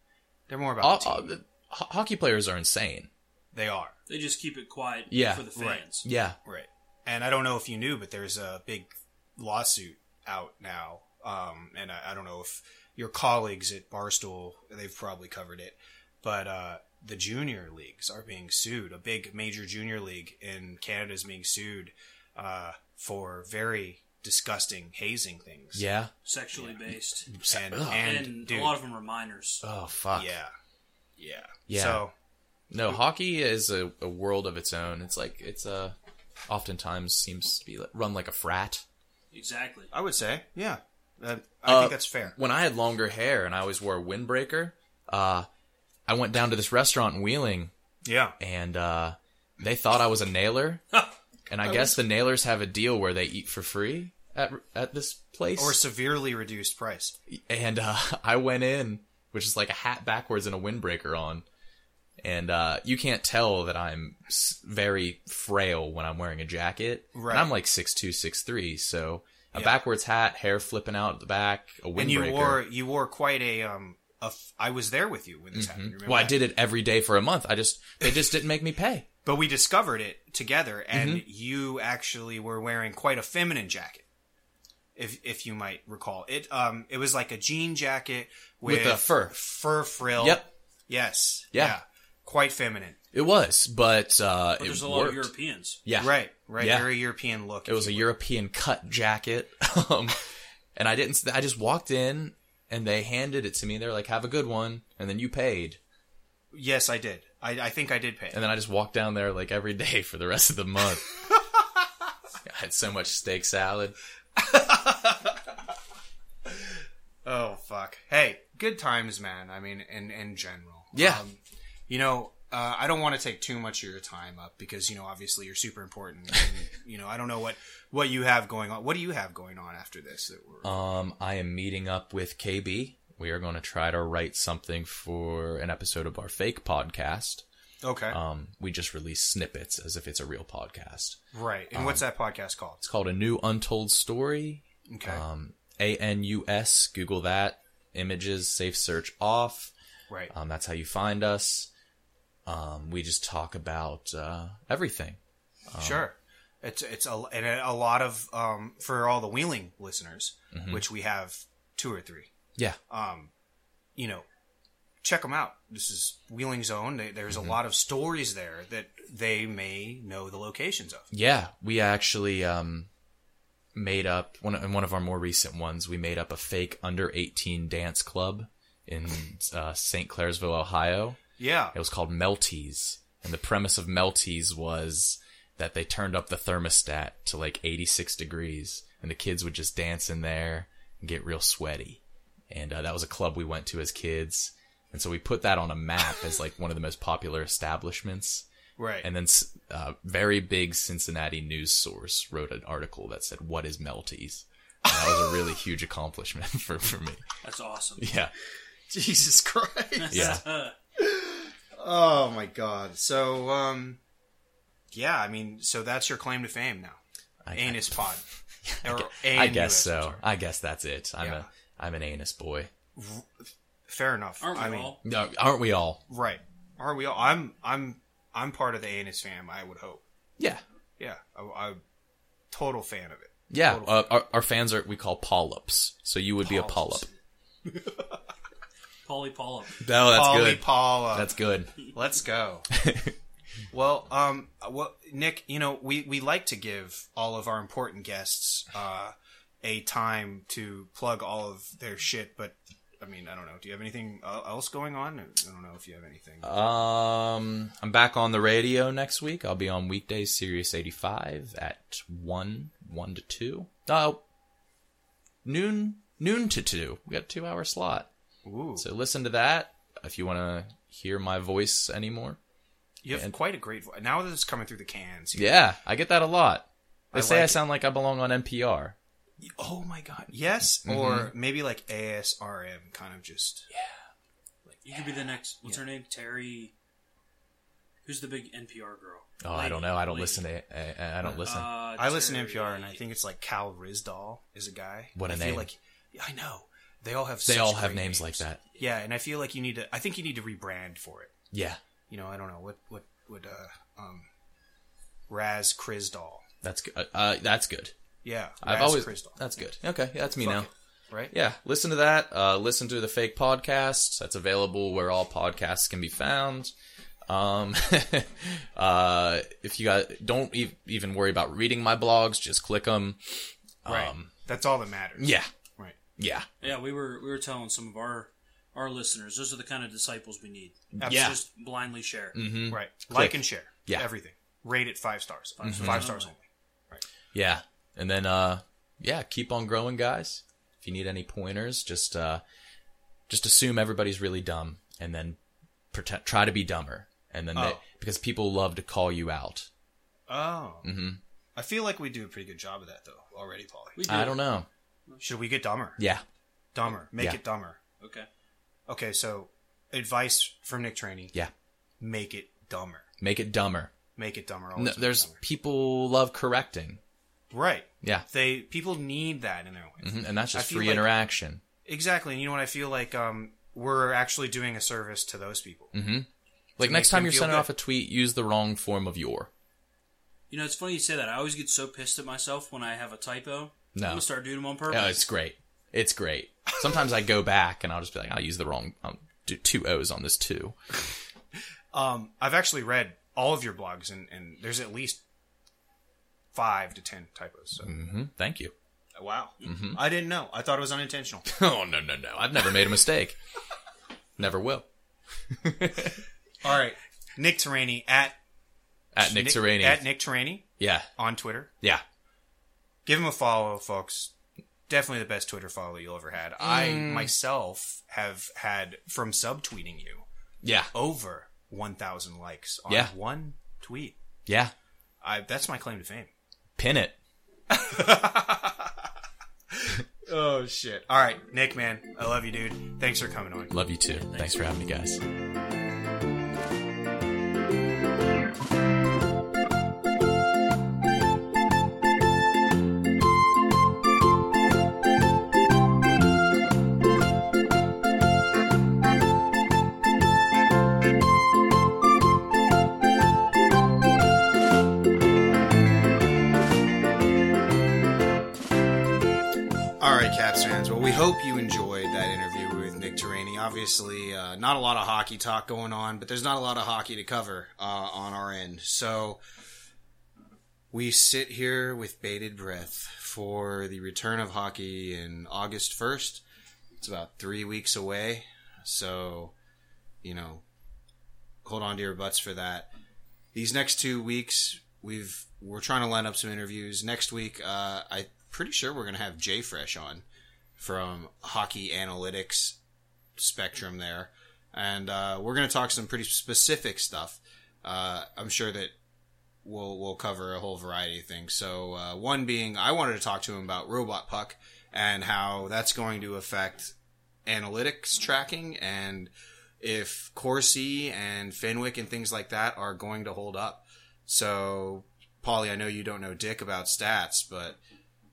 They're more about All, the all, team. the- ho- hockey players are insane. they are They just keep it quiet Yeah. for the Right. fans. Yeah, right. And I don't know if you knew, but there's a big lawsuit out now, um, and I, I don't know if your colleagues at Barstool they've probably covered it, but uh, the junior leagues are being sued. A big major junior league in Canada is being sued uh, for very disgusting hazing things. yeah. Sexually based. and, Ugh. and, And, dude, a lot of them are minors. Oh fuck. yeah, yeah, Yeah. So No, hockey is a, a world of its own. It's like it's a oftentimes seems to be like, run like a frat. Exactly. I would say, yeah, Uh, I Uh, think that's fair. When I had longer hair and I always wore a windbreaker, uh, I went down to this restaurant in Wheeling Yeah, and uh, they thought I was a nailer. and I, guess the nailers have a deal where they eat for free at at this place. or severely reduced price. and uh, I went in, which is like a hat backwards and a windbreaker on, and uh, you can't tell that I'm s- very frail when I'm wearing a jacket. Right. And I'm like six two, six three, so a backwards hat, hair flipping out at the back, a windbreaker. and you wore you wore quite a um. A f- I was there with you when this happened. Remember Mm-hmm. Hmm? well, I that? did it every day for a month. I just they just didn't make me pay. but we discovered it together, Mm-hmm. and you actually were wearing quite a feminine jacket, if if you might recall. It um it was like a jean jacket with, With a fur. fur frill. Yep. Yes. Yeah. Quite feminine. It was, but uh, But it there's a worked. lot of Europeans. yeah, Right. Right. Yeah. Very European look. It was a European cut jacket, um, and I didn't. I just walked in, and they handed it to me. They're like, "Have a good one," and then you paid. yes, I did. I, I think I did pay. And then I just walked down there like every day for the rest of the month. I had so much steak salad. Oh fuck! Hey, good times, man. I mean, in in general. Yeah. Um, you know, uh, I don't want to take too much of your time up because you know, obviously, you're super important. And, you know, I don't know what what you have going on. What do you have going on after this? That we're, Um, I am meeting up with KB. We are going to try to write something for an episode of our fake podcast. okay. Um, we just release snippets as if it's a real podcast. right. And what's um, that podcast called? It's called A New Untold Story. Okay. Um, A N U S. Google that. Images, safe search off. right. Um, that's how you find us. Um, we just talk about uh, everything. uh, sure. It's it's a and a lot of um for all the wheeling listeners, Mm-hmm. which we have two or three. Yeah. you know, check them out. This is Wheeling Zone. They, there's Mm-hmm. a lot of stories there that they may know the locations of. Yeah, we actually um, made up one in one of our more recent ones. We made up a fake under eighteen dance club in uh, St. Clairsville, Ohio. Yeah. It was called Melties, and the premise of Melties was that they turned up the thermostat to like eighty six degrees, and the kids would just dance in there and get real sweaty. And uh, that was a club we went to as kids, and so we put that on a map as like one of the most popular establishments. Right. And then s- uh, very big Cincinnati news source wrote an article that said, "What is Melties?" And that was a really huge accomplishment for, for me. That's awesome. Yeah, Jesus Christ. yeah. oh my God. So, um, yeah, I mean, so that's your claim to fame now. I, Anus pod. Or I, I ANUS, guess I'm so. sorry. I guess that's it. I'm Yeah. a I'm an anus boy. Fair enough. Aren't we I mean, all? No, aren't we all? right. Are we all? I'm, I'm, I'm part of the anus fam, I would hope. Yeah, Yeah. I, I'm total fan of it. yeah. Uh, our, our fans are we call polyps. So you would be a polyp. Polly Polly. No, that's Polly good. Paula. That's good. Let's go. well, um, well, Nick, you know, we, we like to give all of our important guests uh, a time to plug all of their shit, but I mean, I don't know. Do you have anything el- else going on? I don't know if you have anything. Uh, Um, I'm back on the radio next week. I'll be on weekdays, Sirius 85 at one, one to two. Oh, noon, noon to two. We got a two hour slot. Ooh, So listen to that if you want to hear my voice anymore. you have quite a great voice. Now that it's coming through the cans. you- Yeah, I get that a lot. They I say like I it. sound like I belong on NPR. Oh my god. Yes, Mm-hmm. or maybe like ASRM, kind of just. You could be the next. What's her name? Terry. Who's the big NPR girl? Oh, I don't know. I don't listen to. I, I don't listen. I listen to NPR, and I think it's like Cal Rizdal is a guy. What a I name. Feel like I know they all have. they such all have great names like that. Yeah, and I feel like you need to. I think you need to rebrand for it. Yeah, You know, I don't know what what would uh um, Raz Krizdal. that's good. Uh, uh, that's good. Yeah, I've Raz always. Krizdal, That's good. Okay, yeah, that's me Fuck now. it. right. Yeah, listen to that. Uh, listen to the fake podcast. That's available where all podcasts can be found. Um, uh, if you got, don't e- even worry about reading my blogs. Just click them. right. That's all that matters. Um, Yeah, right. yeah, Yeah, we were we were telling some of our our listeners those are the kind of disciples we need. Yeah. Mm-hmm. Just blindly share. Right. Like and share. Yeah. Mm-hmm. everything. Rate it five stars. 5 stars only. yeah. And then, uh, yeah, keep on growing, guys. If you need any pointers, just uh, just assume everybody's really dumb, and then pretend try to be dumber. And then they, Oh. because people love to call you out. Oh. Mm-hmm. I feel like we do a pretty good job of that though already, Paulie. We do. I don't know. Should we get dumber? Yeah. Dumber. Make Yeah. it dumber. Okay. Okay, so advice from Nick Trainee. Yeah. make it dumber. Make it dumber. Make it dumber. No, always make it there's dumber. people love correcting. right. Yeah. They people need that in their life. Mhm, And that's I just feel free like- interaction. Exactly. And you know what I feel like um we're actually doing a service to those people. Mm. Like next make them time you're feel sending good. off a tweet, use the wrong form of your. You know, it's funny you say that. I always get so pissed at myself when I have a typo. No. I'm gonna start doing them on purpose. Oh, it's great. It's great. Sometimes I go back and I'll just be like, I'll use the wrong, I'll do two O's on this too. Um I've actually read all of your blogs and, and there's at least five to ten typos. So hmm Thank you. Oh, wow. Mm-hmm. I didn't know. I thought it was unintentional. Oh, no, no, no. I've never made a mistake. never will. all right. Nick Terraney at At Nick, Terraney. At Nick Terraney yeah. on Twitter. Yeah. Give him a follow, folks. Definitely the best Twitter follow you'll ever had. I Mm. myself have had from subtweeting you Yeah. over 1,000 likes on Yeah. one tweet. Yeah. I, that's my claim to fame. Pin it. Oh, shit. All right, Nick, man. I love you, dude. Thanks for coming on. Love you too. Thanks for having me, guys. All right, Caps fans. Well, we hope you enjoyed that interview with Nick Terraney. Obviously, uh, not a lot of hockey talk going on, but there's not a lot of hockey to cover uh, on our end. So we sit here with bated breath for the return of hockey in August 1st. It's about three weeks away. So, you know, hold on to your butts for that. These next two weeks, we've we're trying to line up some interviews. Next week, uh, I'm pretty sure we're gonna have Jay Fresh on from Hockey Analytics Spectrum there, and uh, we're gonna talk some pretty specific stuff. Uh, I'm sure that we'll we'll cover a whole variety of things. So uh, one being, I wanted to talk to him about Robot Puck and how that's going to affect analytics tracking and if Corsi and Fenwick and things like that are going to hold up. So, Polly, I know you don't know dick about stats, but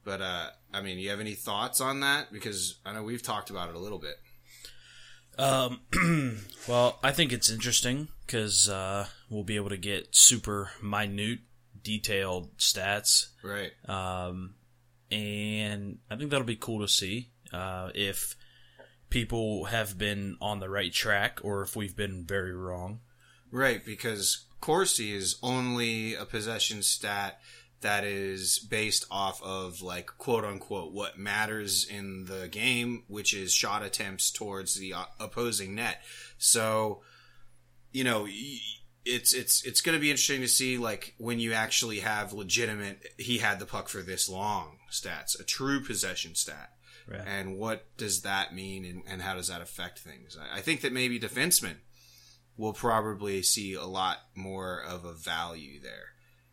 but uh, I mean, you have any thoughts on that? Because I know we've talked about it a little bit. Um, well, I think it's interesting because uh, we'll be able to get super minute, detailed stats, Right. Um, and I think that'll be cool to see uh, if people have been on the right track or if we've been very wrong. Right, because Corsi is only a possession stat that is based off of like quote unquote what matters in the game, which is shot attempts towards the o- opposing net. So, you know, y- it's it's it's going to be interesting to see like when you actually have legitimate he had the puck for this long stats, a true possession stat. Right. And what does that mean and, and how does that affect things? I, I think that maybe defensemen we'll probably see a lot more of a value there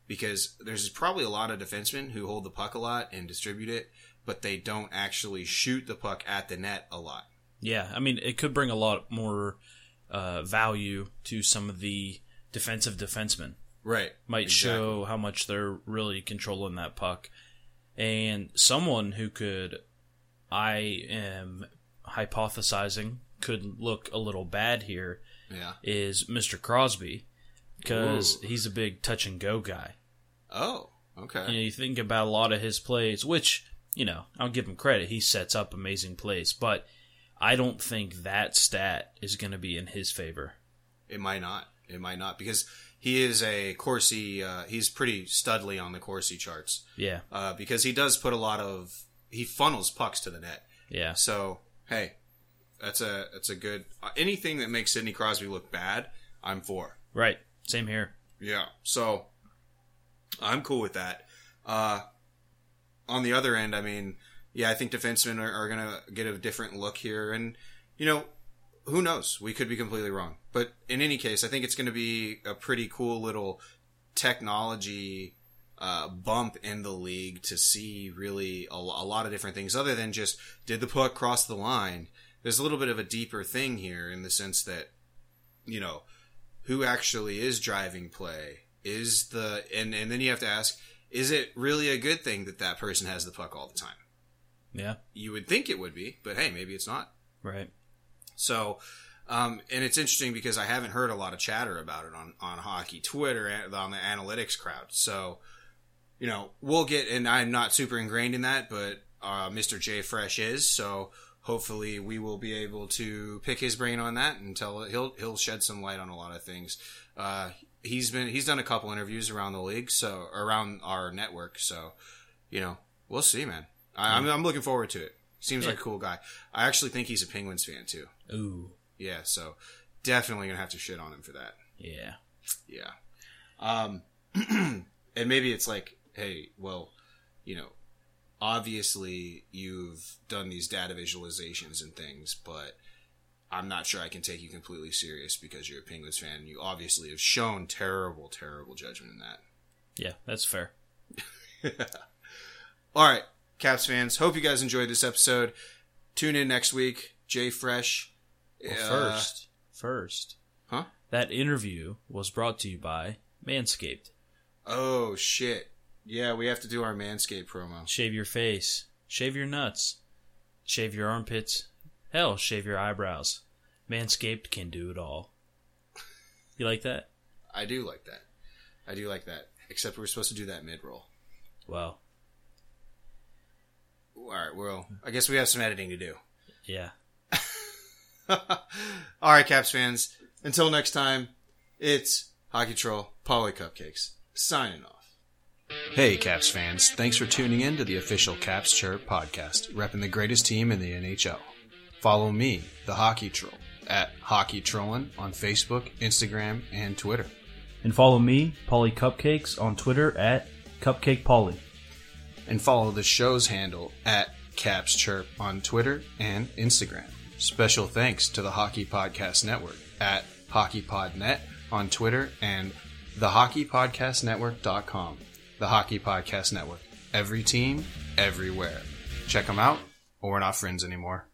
because there's probably a lot of defensemen who hold the puck a lot and distribute it, but they don't actually shoot the puck at the net a lot. Yeah, I mean, it could bring a lot more uh, value to some of the defensive defensemen. Right. Might show how much they're really controlling that puck. And someone who could, I am hypothesizing, could look a little bad here Yeah. is Mr. Crosby because he's a big touch and go guy. Oh, okay. You know, you think about a lot of his plays, which, you know, I'll give him credit. He sets up amazing plays, but I don't think that stat is going to be in his favor. It might not. It might not because he is a Corsi. Uh, he's pretty studly on the Corsi charts Yeah. uh, because he does put a lot of he funnels pucks to the net. Yeah. So hey, that's a that's a good uh, anything that makes Sidney Crosby look bad. I'm for. Right. Same here. Yeah. So I'm cool with that. Uh, on the other end, I mean, yeah, I think defensemen are, are going to get a different look here. And, you know, who knows? We could be completely wrong. But in any case, I think it's going to be a pretty cool little technology uh, bump in the league to see really a, lo- a lot of different things other than just did the puck cross the line. There's a little bit of a deeper thing here in the sense that, you know, who actually is driving play is the and and then you have to ask is it really a good thing that that person has the puck all the time Yeah. you would think it would be but hey maybe it's not Right. so, um, and it's interesting because I haven't heard a lot of chatter about it on, on hockey Twitter and on the analytics crowd. So, you know, we'll get, and I'm not super ingrained in that, but uh, Mr. J Fresh is. So hopefully we will be able to pick his brain on that and tell he'll he'll shed some light on a lot of things. Uh, he's been he's done a couple interviews around the league, so around our network. So, you know, we'll see, man. I, I'm I'm looking forward to it. Seems like a cool guy. I actually think he's a Penguins fan too. Ooh. Yeah, so definitely gonna have to shit on him for that. Yeah. Yeah. Um and maybe it's like, hey, well, you know, obviously you've done these data visualizations and things, but I'm not sure I can take you completely serious because you're a Penguins fan and you obviously have shown terrible, terrible judgment in that. Yeah. That's fair. All right, Caps fans, hope you guys enjoyed this episode. Tune in next week. Jay Fresh. Well, Uh, first, first, Huh? That interview was brought to you by Manscaped. Oh shit. Yeah, we have to do our Manscaped promo. Shave your face, shave your nuts, shave your armpits, hell, shave your eyebrows. Manscaped can do it all. You like that? I do like that. I do like that. Except we're supposed to do that mid roll. Well, All right, well, I guess we have some editing to do. yeah. All right, Caps fans. Until next time, it's Hockey Troll Polly Cupcakes signing off. Hey, Caps fans, thanks for tuning in to the official Caps Chirp podcast, repping the greatest team in the NHL. Follow me, the Hockey Troll, at Hockey Trollin' on Facebook, Instagram, and Twitter. And follow me, Polly Cupcakes, on Twitter at Cupcake Polly. And follow the show's handle at Caps Chirp on Twitter and Instagram. Special thanks to the Hockey Podcast Network at HockeyPodNet on Twitter and thehockeypodcastnetwork.com. The Hockey Podcast Network. Every team, everywhere. Check them out, or we're not friends anymore.